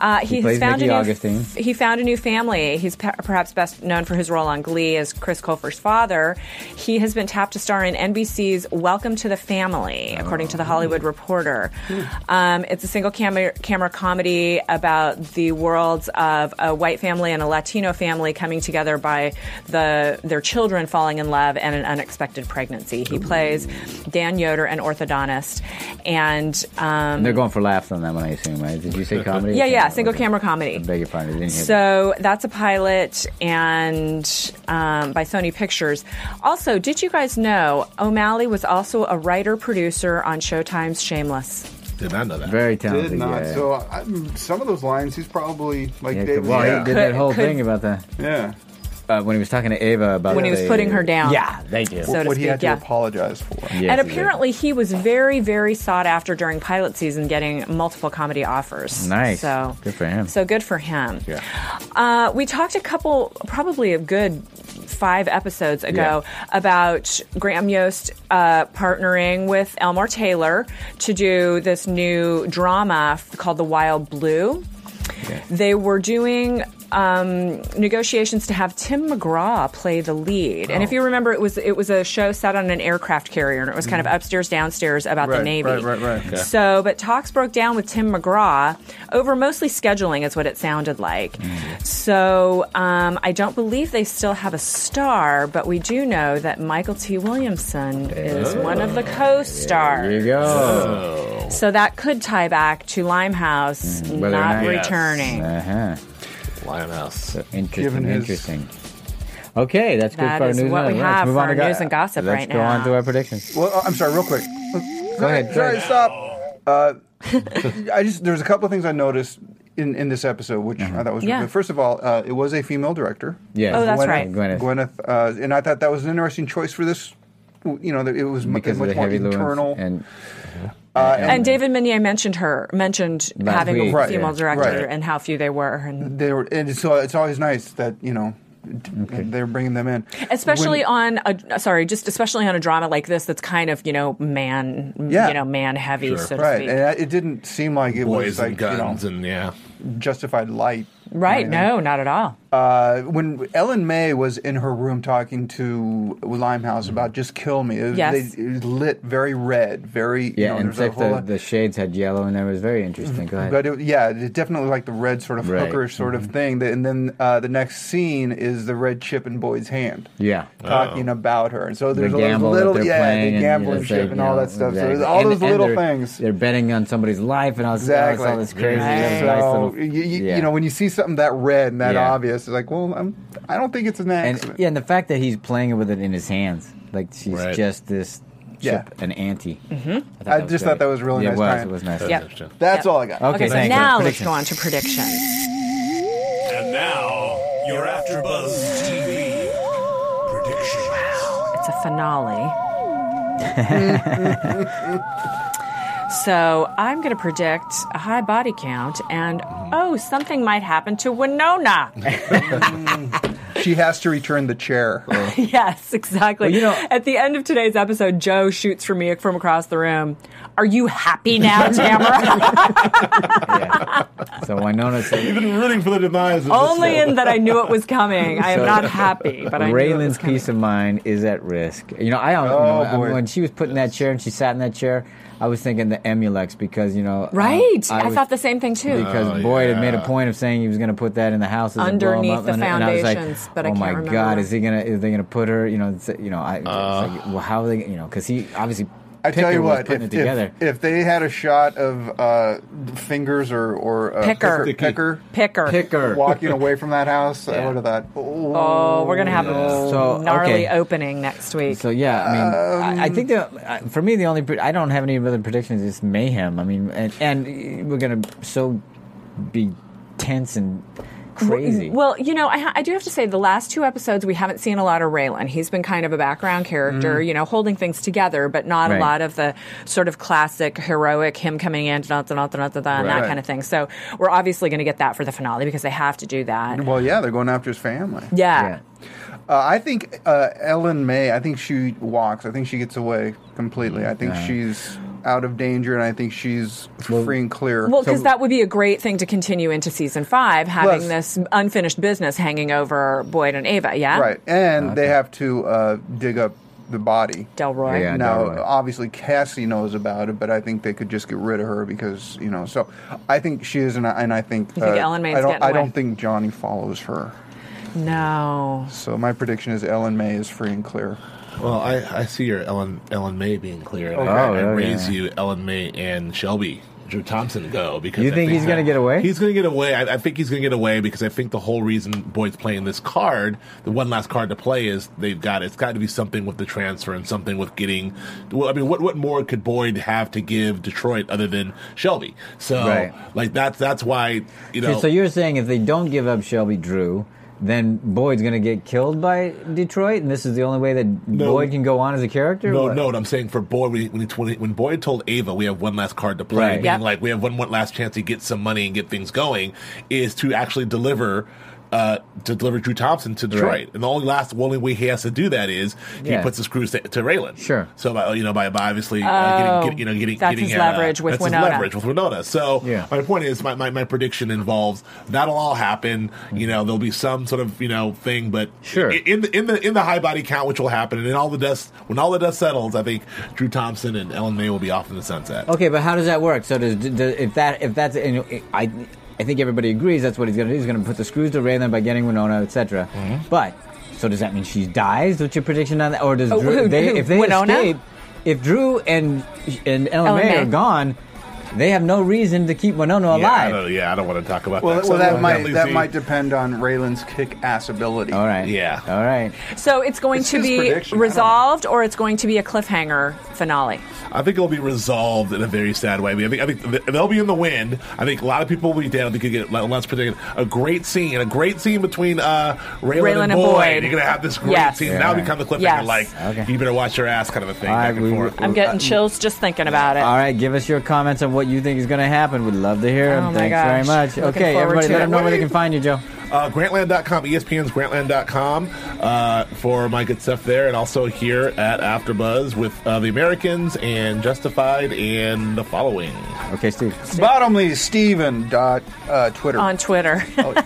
S3: Uh, he, has
S2: plays
S3: found
S2: Mickey
S3: a new
S2: Augustine.
S3: f- he found a new family. He's pe- perhaps best known for his role on Glee as Chris Colfer's father. He has been tapped to star in NBC's Welcome to the Family, according
S2: Oh.
S3: to the Hollywood Reporter.
S2: Hmm.
S3: Um, it's a single camera camera comedy about the worlds of a white family and a Latino family coming together by the their children falling in love and an unexpected pregnancy. He plays Dan Yoder, an orthodontist, and. Um,
S2: They're going for laughs on that one, I assume, right? Did you say comedy?
S3: yeah, yeah, single camera comedy.
S2: I beg your pardon. I didn't hear that.
S3: So that's a pilot, and um, by Sony Pictures. Also, did you guys know O'Malley was also a writer producer on Showtime's Shameless?
S5: did not know that.
S2: Very talented.
S6: Did not.
S2: Yeah.
S6: So I, some of those lines, he's probably like
S2: yeah,
S6: David.
S2: well, he did that
S3: Could-
S2: whole
S3: could-
S2: thing about the
S6: yeah.
S2: uh, when he was talking to Ava about
S3: When he was
S2: the-
S3: putting her down.
S2: Yeah, they do.
S3: So to
S6: what he
S3: speak,
S6: had to
S3: yeah.
S6: apologize for.
S2: Yes,
S3: and
S2: he did.
S3: apparently, he was very, very sought after during pilot season, getting multiple comedy offers.
S2: Nice.
S3: So
S2: Good for him.
S3: So good for him.
S5: Yeah.
S3: Uh, we talked a couple, probably a good five episodes ago, about Graham Yost uh, partnering with Elmore Taylor to do this new drama f- called The Wild Blue. They were doing um, negotiations to have Tim McGraw play the lead. And if
S2: Oh.
S3: you remember, it was it was a show set on an aircraft carrier, and it was kind
S2: Mm-hmm.
S3: of upstairs downstairs about the
S6: Right,
S3: Navy.
S6: right, right, right. Okay.
S3: So, but talks broke down with Tim McGraw over mostly scheduling, is what it sounded like.
S2: Mm.
S3: So, um, I don't believe they still have a star, but we do know that Michael T. Williamson is one of the co-stars.
S2: Oh. There you go.
S3: So that could tie back to Limehouse
S2: Mm, whether or
S3: not
S2: not- Yes.
S3: returning.
S2: Uh huh.
S5: Lioness.
S2: Interesting.
S6: Given his-
S2: Interesting. Okay, that's good
S3: That
S2: for our
S3: is
S2: news.
S3: what
S2: and
S3: we
S2: otherwise.
S3: have
S2: Move
S3: for
S2: on
S3: our
S2: to go-
S3: news and gossip
S2: Let's
S3: right
S2: go on
S3: now.
S2: to our predictions.
S6: Well, I'm sorry, real quick.
S2: Go ahead.
S6: Sorry,
S2: Greg.
S6: stop. Uh, I just there's a couple of things I noticed in, in this episode, which I thought was
S3: Yeah.
S6: really- first of all, uh, it was a female director.
S2: Yes.
S3: Oh, that's
S2: Gwyneth-
S3: right.
S2: Gwyneth.
S6: Gwyneth, uh, and I thought that was an interesting choice for this. You know, that it was mu-
S2: Because of
S6: much
S2: the
S6: more
S2: heavy Lewis
S6: internal.
S2: and
S6: uh,
S3: And David Minier mentioned her, mentioned
S2: Last
S3: having
S2: week.
S3: a
S2: Right, Mm-hmm.
S3: female
S2: yeah.
S3: director
S6: Right.
S3: and how few they were, and
S6: they were, and so it's always nice that you know d- they're bringing them in,
S3: especially
S6: When-
S3: on a sorry, just especially on a drama like this that's kind of you know man,
S6: Yeah.
S3: you know man heavy, so to
S6: right,
S3: speak.
S6: and I- it didn't seem like it
S5: Boys
S6: was like
S5: and guns
S6: you
S5: and yeah.
S6: know justified light, or
S3: right?
S2: Mm-hmm.
S6: anything.
S3: No, not at all.
S6: Uh, when Ellen May was in her room talking to Limehouse about "Just kill me," it, was-
S3: Yes.
S6: they, it was lit very red, very you
S2: yeah,
S6: know,
S2: and
S6: there's a
S2: except
S6: whole
S2: the,
S6: lot- Mm-hmm.
S2: the shades had yellow, and that was very interesting. Go ahead.
S6: But it, yeah, it definitely like the red sort of
S2: Right. Mm-hmm.
S6: hookerish sort of thing. That- And then uh, the next scene is the red chip in Boyd's hand.
S2: yeah.
S6: Talking about her, and so there's a
S2: Oh. gamble that
S6: little,
S2: they're
S6: yeah,
S2: playing
S6: the
S2: and, you know,
S6: gambling
S2: it's
S6: chip
S2: like,
S6: and
S2: you
S6: all
S2: know,
S6: that stuff. So
S2: exactly.
S6: there's all
S2: And-
S6: those
S2: and
S6: little
S2: they're-
S6: things.
S2: They're betting on somebody's life, and I was, I was
S6: Exactly.
S2: all this crazy. nice
S3: Right.
S2: little-
S6: So you, you,
S2: yeah.
S6: you know when you see something that red and that
S2: Yeah.
S6: obvious, it's like, well, I'm, I don't think it's an accident.
S2: and yeah, and the fact that he's playing with it in his hands, like she's
S5: Right.
S2: just this
S6: Yeah.
S2: chip, an auntie. Mm-hmm.
S6: I just thought that was really
S2: yeah,
S6: nice
S2: It was.
S6: time.
S2: It was nice.
S3: Yep.
S5: Interesting.
S6: That's
S3: Yeah.
S6: all I got.
S2: Okay,
S3: Okay, so
S2: thank you.
S3: now let's
S2: Predictions.
S3: go on to predictions.
S8: And now, your AfterBuzz TV predictions.
S3: It's a finale. so I'm going to predict a high body count, and oh, something might happen to Winona.
S6: She has to return the chair.
S3: yes, exactly.
S2: Well, you know-
S3: at the end of today's episode, Joe shoots for me from across the room. Are you happy now, Tamara?
S2: Yeah. So Winona said,
S5: You've been rooting for the demise of
S3: Only
S5: this
S3: in that I knew it was coming. I am
S2: So-
S3: not happy, but I knew it was
S2: Raylan's
S3: coming.
S2: peace of mind is at risk. You know, I don't.
S6: Oh,
S2: you know,
S6: boy.
S2: When she was put in that chair and she sat in that chair, I was thinking the Emulex because you know. um,
S3: Right. I,
S2: was-
S3: thought the same thing too.
S2: because
S5: Oh,
S2: Boyd had made a
S5: yeah.
S2: point of saying he was going to put that in the houses and blow 'em
S3: Underneath
S2: up,
S3: the
S2: and, and I was like,
S3: foundations, but I
S2: oh
S3: can't
S2: my
S3: remember
S2: god,
S3: where."
S2: is he gonna? Is they gonna put her? You know, it's- you know, I it's
S5: Uh.
S2: like, well, how are they? You know, because he obviously.
S6: I tell
S2: Picker
S6: you
S2: was
S6: what, if,
S2: putting it together.
S6: if, if they had a shot of uh, fingers or or uh,
S3: Picker.
S6: picker,
S3: Picker.
S6: picker
S2: Picker.
S6: walking away from that house, I
S3: Yeah.
S6: would have thought, oh,
S3: Oh, we're gonna have a
S2: So,
S3: gnarly
S2: okay.
S3: opening next week.
S2: So yeah, I mean, I, I think
S6: Um,
S2: that I- for me the only pre- I don't have any other predictions. It's mayhem. I mean, and, and we're gonna so be tense and crazy.
S3: Well, you know, I, ha- I do have to say the last two episodes we haven't seen a lot of Raylan. He's been kind of a background character,
S6: Mm.
S3: you know, holding things together, but not a
S2: Right.
S3: lot of the sort of classic heroic him coming in, da, da, da, da, da, da, and that
S6: Right.
S3: kind of thing. So we're obviously going to get that for the finale because they have to do that.
S6: Well, yeah, they're going after his family.
S3: Yeah.
S2: yeah.
S6: Uh, I think uh, Ellen May. I think she walks. I think she gets away completely. I think she's out of danger, and I think she's free and clear.
S3: Well, because that would be a great thing to continue into season five, having
S6: Plus-
S3: this unfinished business hanging over Boyd and Ava. Yeah,
S6: right, and they have to uh, dig up the body.
S3: Delroy.
S2: Yeah.
S6: Now,
S2: definitely.
S6: obviously, Cassie knows about it, but I think they could just get rid of her because you know. So, I think she is, and I, and I think, uh,
S3: You think Ellen May's
S6: I don't,
S3: getting
S6: I
S3: away.
S6: don't think Johnny follows her.
S3: No.
S6: So my prediction is Ellen May is free and clear.
S5: Well, I, I see your Ellen Ellen May being clear. and I,
S2: Oh,
S5: I
S2: yeah,
S5: raise
S2: yeah.
S5: you Ellen May and Shelby. Drew Thompson go because
S2: You
S5: I
S2: think he's gonna
S5: that-
S2: get away?
S5: He's gonna get away. I, I think he's gonna get away because I think the whole reason Boyd's playing this card, the one last card to play, is they've got it's got to be something with the transfer and something with getting. Well, I mean, what what more could Boyd have to give Detroit other than Shelby? So
S2: Right.
S5: like that's that's why you know.
S2: So you're saying if they don't give up Shelby Drew, then Boyd's going to get killed by Detroit, and this is the only way that Boyd can go on as a character?
S5: No,
S2: What?
S5: no. What I'm saying for Boyd, we, when, he, when Boyd told Ava, we have one last card to play,
S2: Right.
S5: meaning
S3: Yep.
S5: like we have one, one last chance to get some money and get things going, is to actually deliver uh, to deliver Drew Thompson to the
S2: Sure.
S5: right. And the only last only way he has to do that is he
S2: Yeah.
S5: puts the screws to, to Raylan.
S2: Sure.
S5: So by you know by, by obviously uh,
S3: Oh,
S5: getting, get, you know getting
S3: that's
S5: getting uh,
S3: his leverage with
S5: that's his
S3: Winona.
S5: leverage with Winona. So
S2: Yeah.
S5: my point is my, my, my prediction involves that'll all happen. You know there'll be some sort of you know thing, but
S2: Sure.
S5: i- in the in the in the high body count, which will happen, and in all the dust when all the dust settles, I think Drew Thompson and Ellen May will be off in the sunset.
S3: Oh,
S2: Okay, but how does that work? So does, does if that if that's and I I think everybody agrees that's what he's going to do. He's going to put the screws to Raylan by getting Winona, etc.
S5: Mm-hmm.
S2: But so does that mean she dies? What's your prediction on that? Or does
S3: Oh,
S2: Drew,
S3: who-
S2: they,
S3: who-
S2: if they
S3: Winona?
S2: escape? If Drew and and Ellen,
S3: Ellen
S2: May
S3: May.
S2: are gone, they have no reason to keep Winona
S5: Yeah, I
S2: alive.
S5: don't, yeah, I don't want to talk about
S6: Well,
S5: that.
S6: that, well, that
S5: So,
S6: might
S5: leaves
S6: that
S5: me-
S6: might depend on Raylan's kick ass ability.
S2: All right.
S5: Yeah.
S2: All right.
S3: So it's going
S6: It's
S3: to
S6: his
S3: be
S6: prediction. I don't-
S3: resolved, or it's going to be a cliffhanger finale.
S5: I think it'll be resolved in a very sad way. I, mean, I think I think th- they'll be in the wind. I think a lot of people will be dead. I think you get like, let's predict a great scene, a great scene between uh, Raylan,
S3: Raylan
S5: and
S3: and
S5: Boyd.
S3: Boyd.
S5: You're gonna have this great
S3: Yes.
S5: scene.
S3: Yeah.
S5: Now become the cliffhanger,
S3: Yes.
S5: like
S2: Okay.
S5: you better watch your ass, kind of a thing,
S2: All
S5: back
S2: right,
S5: and
S2: we-
S5: forth.
S2: we-
S3: I'm getting chills just thinking about it.
S2: All right, give us your comments on what you think is going to happen. We'd love to hear them.
S3: Oh my
S2: Thanks very
S3: gosh.
S2: much.
S3: Looking
S2: okay,
S3: forward
S2: everybody,
S3: to
S2: let
S3: it.
S2: them know where
S5: What
S2: they
S5: do
S2: can
S5: you-
S2: find you, Joe.
S5: uh, Grantland.com, ESPN's Grantland.com uh, for my good stuff there, and also here at AfterBuzz with uh, the Americans and Justified and the following.
S2: Okay, Steve.
S6: Bottomly Steven dot uh, Twitter.
S3: On Twitter.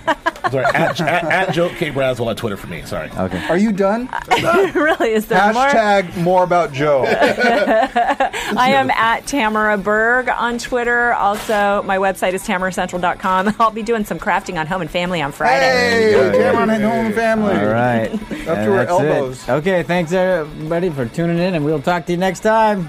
S5: Sorry, at, at, at Joke K Braswell on Twitter for me. Sorry.
S2: Okay.
S6: Are you done?
S2: Uh,
S3: really, is there more?
S6: Hashtag more? about Joe.
S3: I am at Tamara Berg on Twitter. Also, my website is tamaracentral.com. I'll be doing some crafting on home and family on Friday.
S6: hey,
S2: There you go.
S6: Cameron and home family.
S2: All right.
S6: Up to her elbows.
S2: It. Okay, thanks everybody for tuning in, and we'll talk to you next time.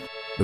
S8: The